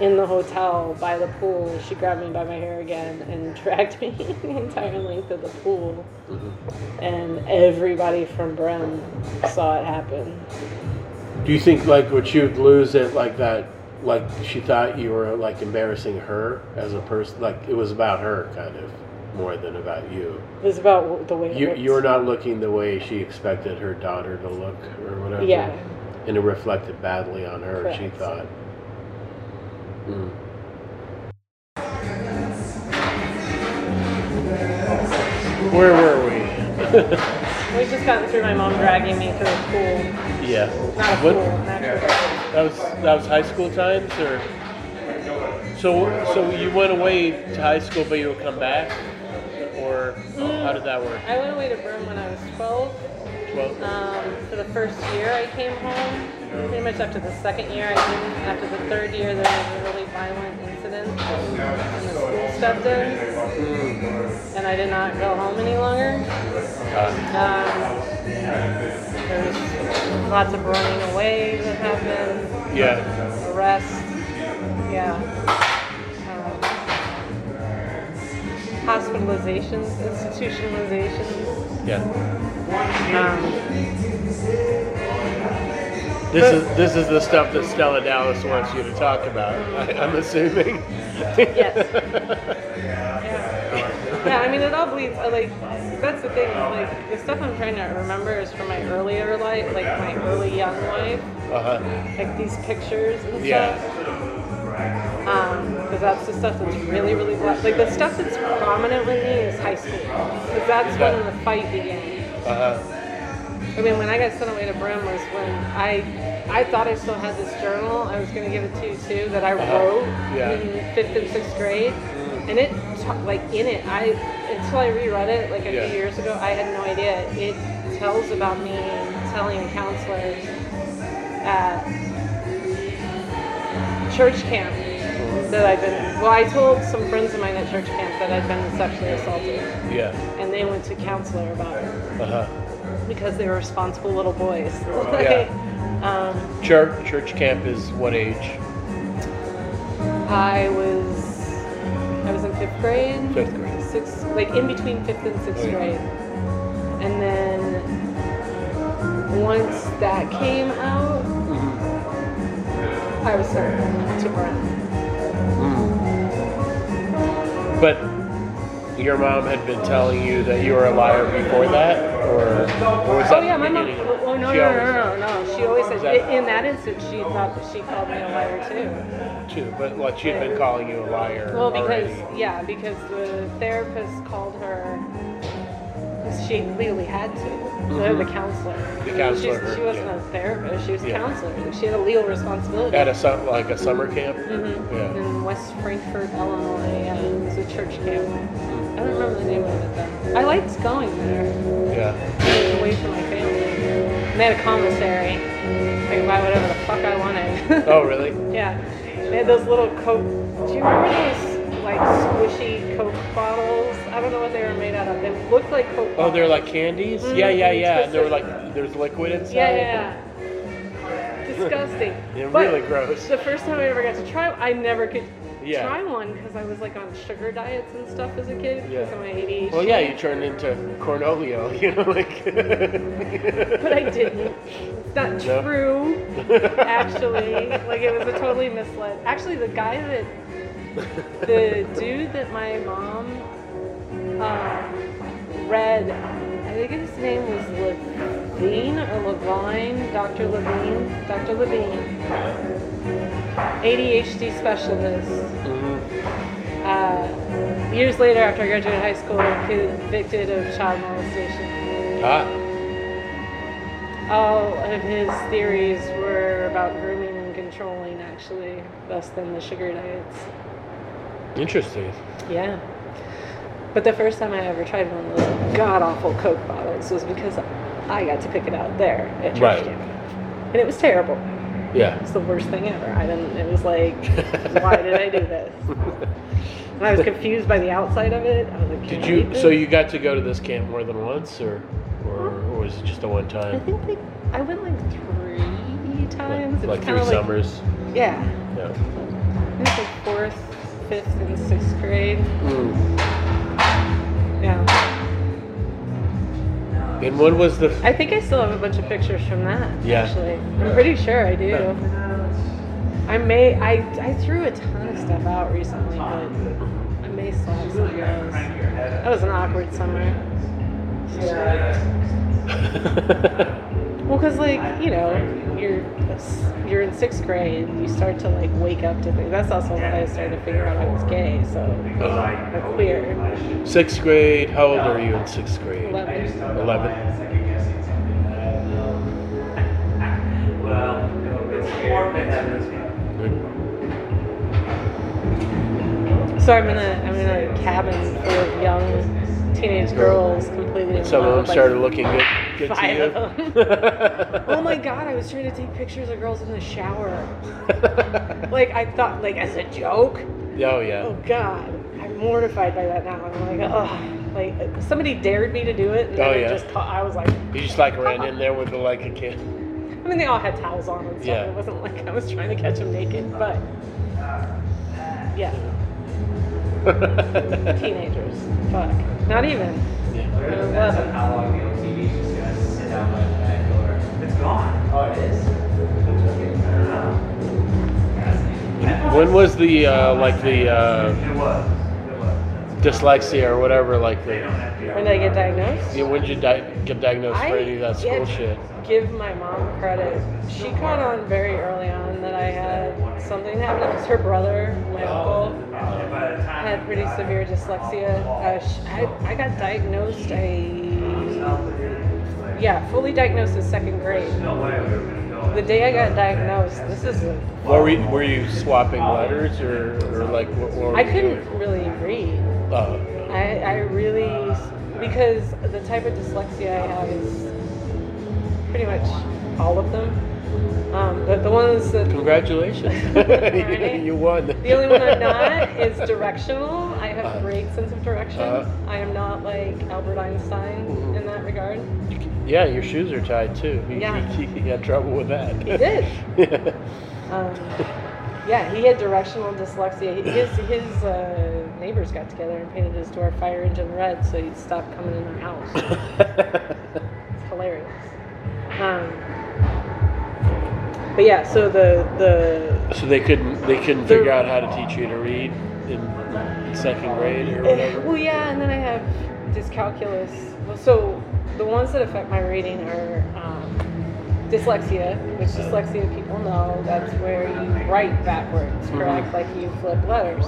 B: in the hotel by the pool. She grabbed me by my hair again and dragged me the entire length of the pool,
C: Mm-hmm.
B: and everybody from Brem saw it happen.
C: Do you think like would she would lose it like that? Like she thought you were like embarrassing her as a person. Like it was about her kind of more than about you.
B: It was about the way it
C: You
B: looked.
C: you were not looking the way she expected her daughter to look or whatever.
B: Yeah.
C: And it reflected badly on her. She
B: Correct.
C: thought. Mm. Where were we?
B: We've just gotten through my mom dragging me to the pool.
C: yeah.
B: Not
C: What-
B: cool. Natural.
C: That was that was high school times, or so so you went away to high school, but you'll come back, or how did that work?
B: I went away to Broome when I was 12.
C: Well,
B: Um, for the first year, I came home. Pretty much after the second year, I didn't. After the third year, there was a really violent incident, and the school stepped in, and and I did not go home any longer.
C: Uh,
B: Um, there was lots of running away that happened,
C: yeah.
B: arrest, yeah. Um, hospitalizations, institutionalizations.
C: Yeah.
B: Um,
C: This is this is the stuff that Stella Dallas wants you to talk about. I, I'm assuming.
B: yes. Yeah, I mean, it all bleeds. uh, Like, that's the thing. Like, the stuff I'm trying to remember is from my earlier life, like my early young life,
C: uh-huh.
B: like these pictures and stuff.
C: Yeah.
B: because that's the stuff that's really, really bla- like the stuff that's prominent with me is high school. 'Cause that's when the fight began.
C: Uh-huh.
B: I mean, when I got sent away to Brim was when I, I thought I still had this journal. I was gonna give it to you too that I wrote
C: Uh-huh. Yeah.
B: in fifth and sixth grade, and it ta- like in it I until I reread it like a
C: Yeah.
B: few years ago I had no idea. It tells about me telling counselors at church camp that I've been. Well, I told some friends of mine at church camp that I'd been sexually assaulted,
C: Yeah.
B: and they went to counselor about it
C: Uh-huh.
B: because they were responsible little boys.
C: Yeah.
B: um,
C: Church church camp is what age?
B: I was I was in fifth grade.
C: Fifth grade. Oh,
B: Sixth, like in between fifth and sixth
C: Yeah.
B: grade, and then once that came out,
C: Mm-hmm.
B: I was sent to Brent.
C: But your mom had been telling you that you were a liar before that, or, or was that?
B: Oh yeah, my
C: the
B: mom.
C: beginning?
B: Oh no, no,
C: She
B: no,
C: always-
B: no, no, no. She always said
C: Exactly.
B: in that instance she thought that she called me a liar too.
C: Too, but like she had been calling you a liar
B: Well, because
C: already.
B: yeah, because the therapist called her. 'cause She clearly had to. So The counselor.
C: Mm-hmm. The counselor,
B: She's, she wasn't
C: yeah.
B: a therapist. She was a
C: Yeah.
B: counselor. She had a legal responsibility.
C: At a su- like a summer camp.
B: hmm
C: Yeah.
B: In West Frankfort, Illinois, yeah, it was a church camp. I don't remember the name of it though. I liked going there.
C: Yeah.
B: I was away from my family. And they had a commissary. I could buy whatever the fuck I wanted.
C: Oh really?
B: Yeah. They had those little Coke. Do you remember those like squishy Coke bottles? I don't know what they were made out of. They looked like Coke.
C: Oh,
B: bottles.
C: they're like candies. Yeah, yeah, yeah. And they were
B: Mm-hmm. Twisted.
C: like there's liquid inside.
B: Yeah, yeah. yeah. Disgusting.
C: Yeah,
B: But
C: really gross.
B: The first time I ever got to try, I never could
C: Yeah.
B: try one because I was like on sugar diets and stuff as a kid
C: Yeah.
B: because of my ADHD.
C: Well, yeah, you turned into Cornolio, you know, like.
B: But I didn't. It's not
C: No.
B: true. actually. Like it was a totally misled. Actually, the guy that, the dude that my mom um, read, I think his name was Levine or Levine, Dr. Levine, Dr. Levine, ADHD specialist.
C: Mhm.
B: Uh, years later, after I graduated high school, convicted of child molestation.
C: Ah.
B: All of his theories were about grooming and controlling, actually, less than the sugar diets.
C: Interesting.
B: Yeah. But the first time I ever tried one of those god awful Coke bottles was because I got to pick it out there at church
C: Right.
B: camp. And it was terrible. It
C: Yeah.
B: was the worst thing ever. I didn't, it was like, why did I do this? And I was confused by the outside of it. I was like, "Can
C: Did
B: I eat
C: you?
B: this?"
C: So you got to go to this camp more than once, or or, or was it just the one
B: I
C: time?
B: think like, I went like three times. It was
C: Like, like
B: kinda
C: three summers.
B: Yeah.
C: Yeah.
B: I think like fourth, fifth, and sixth grade. Yeah.
C: And what was the?
B: I think I still have a bunch of pictures from that.
C: Yeah.
B: Actually, I'm pretty sure I do. I may. I I threw a ton of stuff out recently, but I may still have some of those. That was an awkward summer. Well, cause like you know you're you're in sixth grade, you start to like wake up to things. That's also when I started to figure out I was gay, so
C: Uh,
B: or queer.
C: sixth grade. How old are you in sixth grade?
B: Eleven.
C: Eleven.
B: So I'm in a I'm in a cabin full of young teenage girls completely. in
C: Some
B: love,
C: of them
B: like,
C: started looking good, good
B: five
C: to
B: of
C: you.
B: them. oh my god, I was trying to take pictures of girls in the shower.
C: god!
B: Like I thought like as a joke.
C: oh yeah.
B: Oh god. I'm mortified by that now. I'm like, oh Like somebody dared me to do it, and then
C: Oh,
B: I
C: yeah.
B: just caught, I was like,
C: You just like ran in there with the, like a kid.
B: I mean, they all had towels on and stuff.
C: Yeah.
B: It wasn't like I was trying to catch them naked, but yeah,
C: yeah.
B: teenagers. Fuck, not even.
D: Where it depends on how long the LTV is just gonna sit down by the back door. It's gone. Oh, it is?
C: When was the uh, like the uh,
D: It was, it was.
C: dyslexia or whatever? Like the
B: When did I get diagnosed?
C: yeah, when did you di- get diagnosed for any of that school
B: yeah,
C: shit?
B: Give my mom credit. She caught on very early on that I had something that happened because her brother, my uncle, had pretty severe dyslexia. Uh, sh- I, I got diagnosed a yeah, fully diagnosed in second grade. The day I got diagnosed, this is a,
C: What were you, were you swapping letters or, or like what, what were
B: I
C: you
B: couldn't
C: doing?
B: really read.
C: Uh,
B: I, I really because the type of dyslexia I have is pretty much all of them. Um, but the ones that
C: congratulations,
B: Right?
C: you won.
B: the only one I'm not is directional. I have
C: Uh,
B: great sense of direction.
C: uh,
B: I am not like Albert Einstein
C: Mhm.
B: in that regard.
C: Yeah, your shoes are tied too. He,
B: Yeah.
C: he, he had trouble with that.
B: He did.
C: yeah.
B: Um, yeah, he had directional dyslexia. He- His his uh, neighbors got together and painted his door fire engine red, so he'd stop coming in our house. It's hilarious. Um, but yeah, so the the
C: so they couldn't they couldn't
B: They're-
C: figure out how to teach you to read in second grade
B: Eh.
C: or whatever.
B: well, yeah, and then I have dyscalculus. Well, so the ones that affect my reading are um, dyslexia, which dyslexia people know that's where you write backwards,
C: Mm-hmm.
B: correct? Like you flip letters.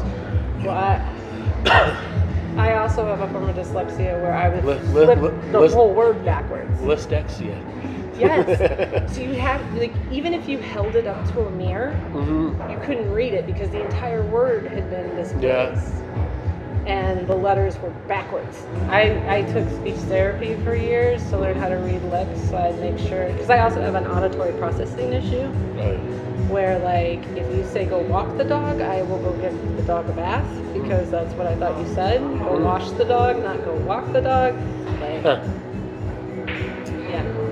B: Well, I. I also have a form of dyslexia where I would
C: Li- li-
B: flip
C: li-
B: the
C: lis-
B: whole word backwards.
C: Lystexia.
B: Yes. so you have like even if you held it up to a mirror,
C: hmm
B: you couldn't read it because the entire word had been misplaced.
C: Yeah.
B: And the letters were backwards. I, I took speech therapy for years to learn how to read lips, so I'd make sure. Because I also have an auditory processing issue where, like, if you say go walk the dog, I will go give the dog a bath because that's what I thought you said. Go wash the dog, not go walk the dog. Like,
C: Huh.
B: yeah.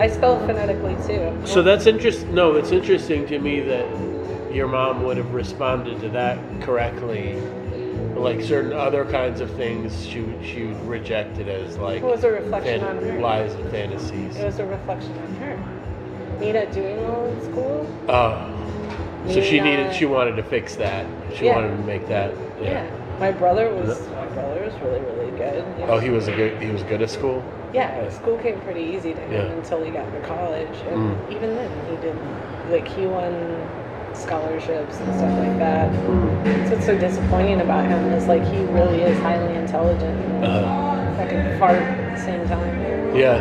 B: I spell phonetically too.
C: So that's interesting. No, it's interesting to me that your mom would have responded to that correctly. Like certain other kinds of things, she would- she would reject it as like
B: It was a reflection
C: fan-
B: on her.
C: lies and fantasies.
B: It was a reflection on her. Nina doing well in school.
C: Oh. So she
B: Maybe
C: needed,
B: not.
C: she wanted to fix that. She
B: Yeah.
C: wanted to make that.
B: Yeah.
C: Yeah.
B: My brother was my brother was really really good. you know.
C: Oh, he was a good, he was good at school?
B: yeah. School came pretty easy to him
C: Yeah.
B: until he got to college, and
C: Mm.
B: even then he didn't. Like he won scholarships and stuff like that. That's what's so disappointing about him is like he really is highly intelligent. and
C: Uh-huh.
B: Fucking fart at the same time.
C: Yeah.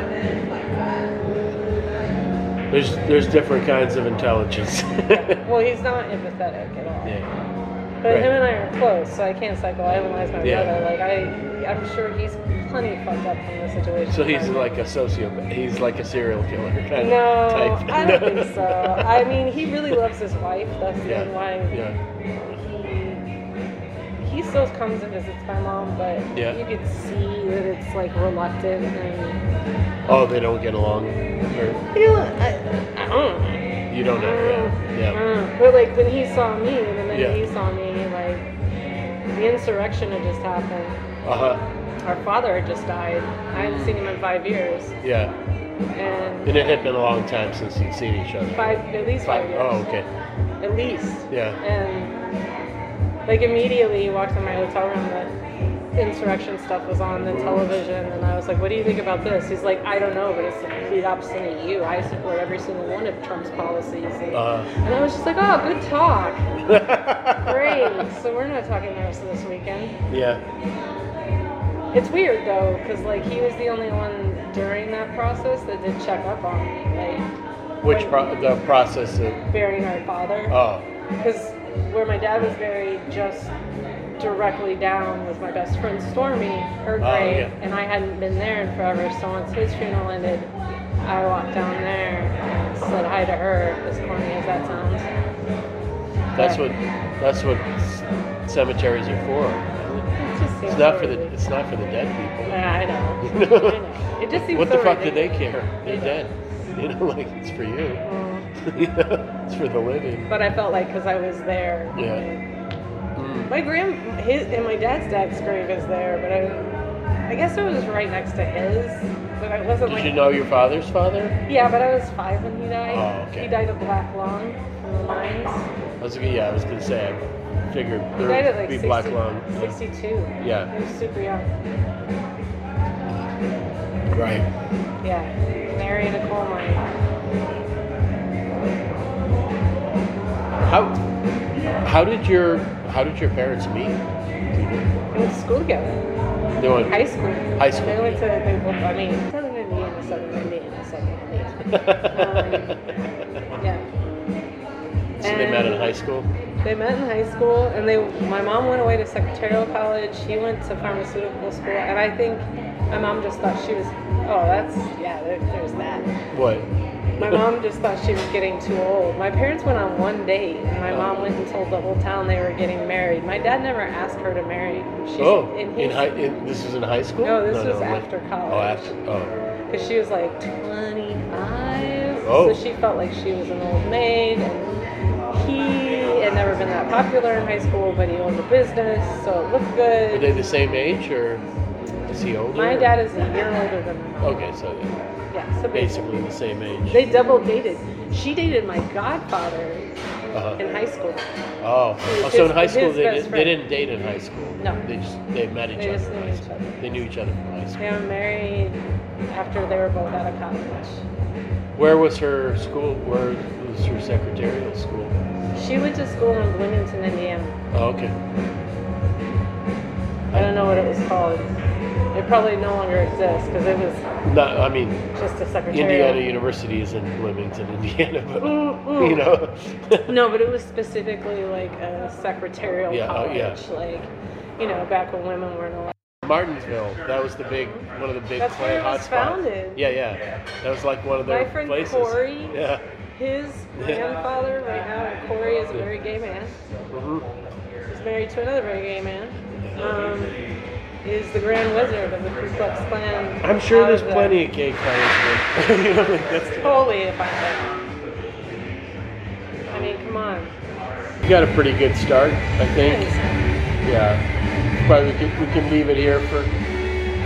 C: There's, there's different kinds of intelligence. yeah.
B: Well, he's not empathetic at all. But
C: Right.
B: him and I are close, so I can't psychoanalyze my
C: Yeah.
B: brother. Like I, I'm sure he's plenty fucked up from the situation.
C: So he's
B: I'm-
C: like a sociopath. He's like a serial killer kind
B: No,
C: of type.
B: I don't think so. I mean, he really loves his wife. That's the
C: yeah.
B: reason why
C: Yeah.
B: he he still comes and visits my mom, but
C: Yeah.
B: you can see that it's like reluctant and
C: Oh, they don't get along. Or
B: you know, I, I don't know.
C: you don't know.
B: I
C: Yeah. yeah.
B: don't know. Mm-hmm. But like when he saw me and then
C: Yeah.
B: he saw me, like the insurrection had just happened.
C: Uh huh.
B: Our father had just died. I hadn't seen him in five years,
C: Yeah.
B: and
C: And it had been a long time since you'd seen each other.
B: five at least five, years.
C: Oh, okay.
B: at least.
C: Yeah.
B: And like immediately he walked in my hotel room the insurrection stuff was on the television and I was like, What do you think about this? He's like, I don't know, but it's the complete opposite of you. I support every single one of Trump's policies and,
C: Uh,
B: and I was just like, Oh, good talk. Great. so we're not talking the rest of this weekend.
C: yeah.
B: It's weird though, because like he was the only one during that process that did check up on me, like
C: Which pro- the process of
B: burying our father.
C: oh
B: Because where my dad was buried, just directly down was my best friend Stormy, her grave,
C: Oh, yeah.
B: and I hadn't been there in forever. So once his funeral ended, I walked down there and said hi to her, as corny as that sounds.
C: that's what That's what c- cemeteries are for.
B: It just seems
C: It's not
B: so
C: for the.
B: ridiculous.
C: It's not for the dead
B: Nah, I know.
C: people.
B: I know. It just seems
C: what
B: so
C: the fuck do they
B: ridiculous.
C: care? They're
B: Yeah.
C: dead. You know, like it's for you.
B: Mm,
C: You know, it's for the living.
B: But I felt like because I was there.
C: Yeah.
B: like-
C: Mm.
B: My grand, his, and my dad's dad's grave is there, but I, I guess it was right next to his. But I wasn't
C: Did
B: like.
C: you know your father's father?
B: Yeah, but I was five when he died.
C: Oh, okay.
B: He died of black lung from the mines.
C: I was gonna, yeah, I was gonna say. I figured
B: He died at
C: there would
B: like
C: be
B: 60,
C: black lung.
B: 62.
C: Yeah.
B: He was super young.
C: Right.
B: Yeah. Married a coal mine.
C: How how did your how did your parents meet? Do you know?
B: They went to school together.
C: They went-
B: High school.
C: High school,
B: They went to,
C: yeah.
B: they both, I mean, Southern Indiana, Southern Indiana, Southern Indiana. Yeah.
C: so they met in
B: And-
C: high school.
B: They met in high school, and they. My mom went away to secretarial college. He went to pharmaceutical school, and I think my mom just thought she was. Oh, that's yeah. There, there's that.
C: What?
B: My mom just thought she was getting too old. My parents went on one date, and my mom went and told the whole town they were getting married. My dad never asked her to marry him. She's,
C: oh,
B: and
C: in high. In, this was in high school.
B: No, this was
C: like-
B: after college.
C: Oh, after. Oh,
B: because she was like 25.
C: Oh.
B: So she felt like she was an old maid, and he had never been that popular in high school, but he owned a business, so it looked
C: were
B: good.
C: they the same age or is he older?
B: My
C: or-
B: dad is a year older than my mom.
C: Okay, so they're
B: Yeah, so basically.
C: basically the same age.
B: They double dated. She dated my godfather
C: uh-huh.
B: in high school.
C: Oh, oh, so in
B: His-
C: high school
B: his
C: they,
B: best
C: did, they
B: friend.
C: didn't date in high school.
B: No.
C: they just they met each
B: They
C: other.
B: just
C: in
B: knew
C: high
B: each
C: school.
B: other.
C: They knew each other from high school.
B: They were married after they were both out of college.
C: Where was her school? Where was her secretarial school?
B: She went to school in Bloomington, Indiana.
C: Oh, okay.
B: I don't know what it was called. It probably no longer exists because it was
C: No, I mean
B: just a secretarial.
C: Indiana University is in Bloomington, Indiana, but
B: Mm, mm.
C: you know,
B: No, but it was specifically like a secretarial
C: Yeah, oh,
B: college,
C: yeah.
B: like you know, back when women weren't allowed.
C: Martinsville. That was the big one of the big
B: That's
C: clay
B: where it was
C: hotspots.
B: founded.
C: Yeah, yeah. That was like one of
B: My
C: their
B: friend
C: places.
B: Corey.
C: Yeah.
B: His grandfather right now, Corey, is a very gay man.
C: Mhm.
B: He's married to another very gay man. Um, is the Grand Wizard of the Ku Klux Klan.
C: I'm sure
B: out
C: there's
B: the-
C: plenty of gay clients. But, you know, like, that's,
B: Totally, if I had. I mean, come on.
C: you got a pretty good start, I think. Yeah. Probably we can, we can leave it here for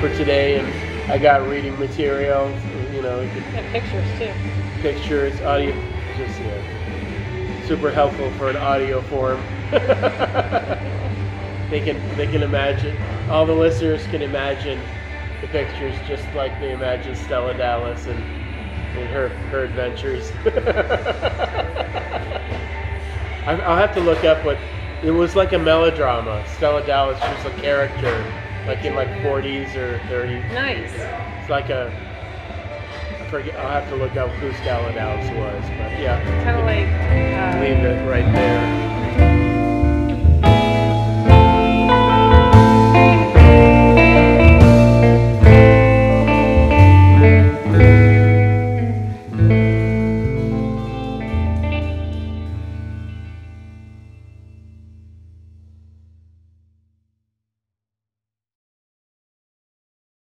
C: for today. And I got reading material. You know, we could
B: And pictures too.
C: pictures, audio, just yeah, super helpful for an audio form. they can they can imagine. All the listeners can imagine the pictures just like they imagine Stella Dallas and, and her her adventures. I, I'll have to look up what it was like a melodrama. Stella Dallas was a character like in like 40s or 30s.
B: Nice.
C: It's like a. I forget. I'll have to look up who Scala Dallas was, but yeah,
B: Kind of like. Uh,
C: leave it right there.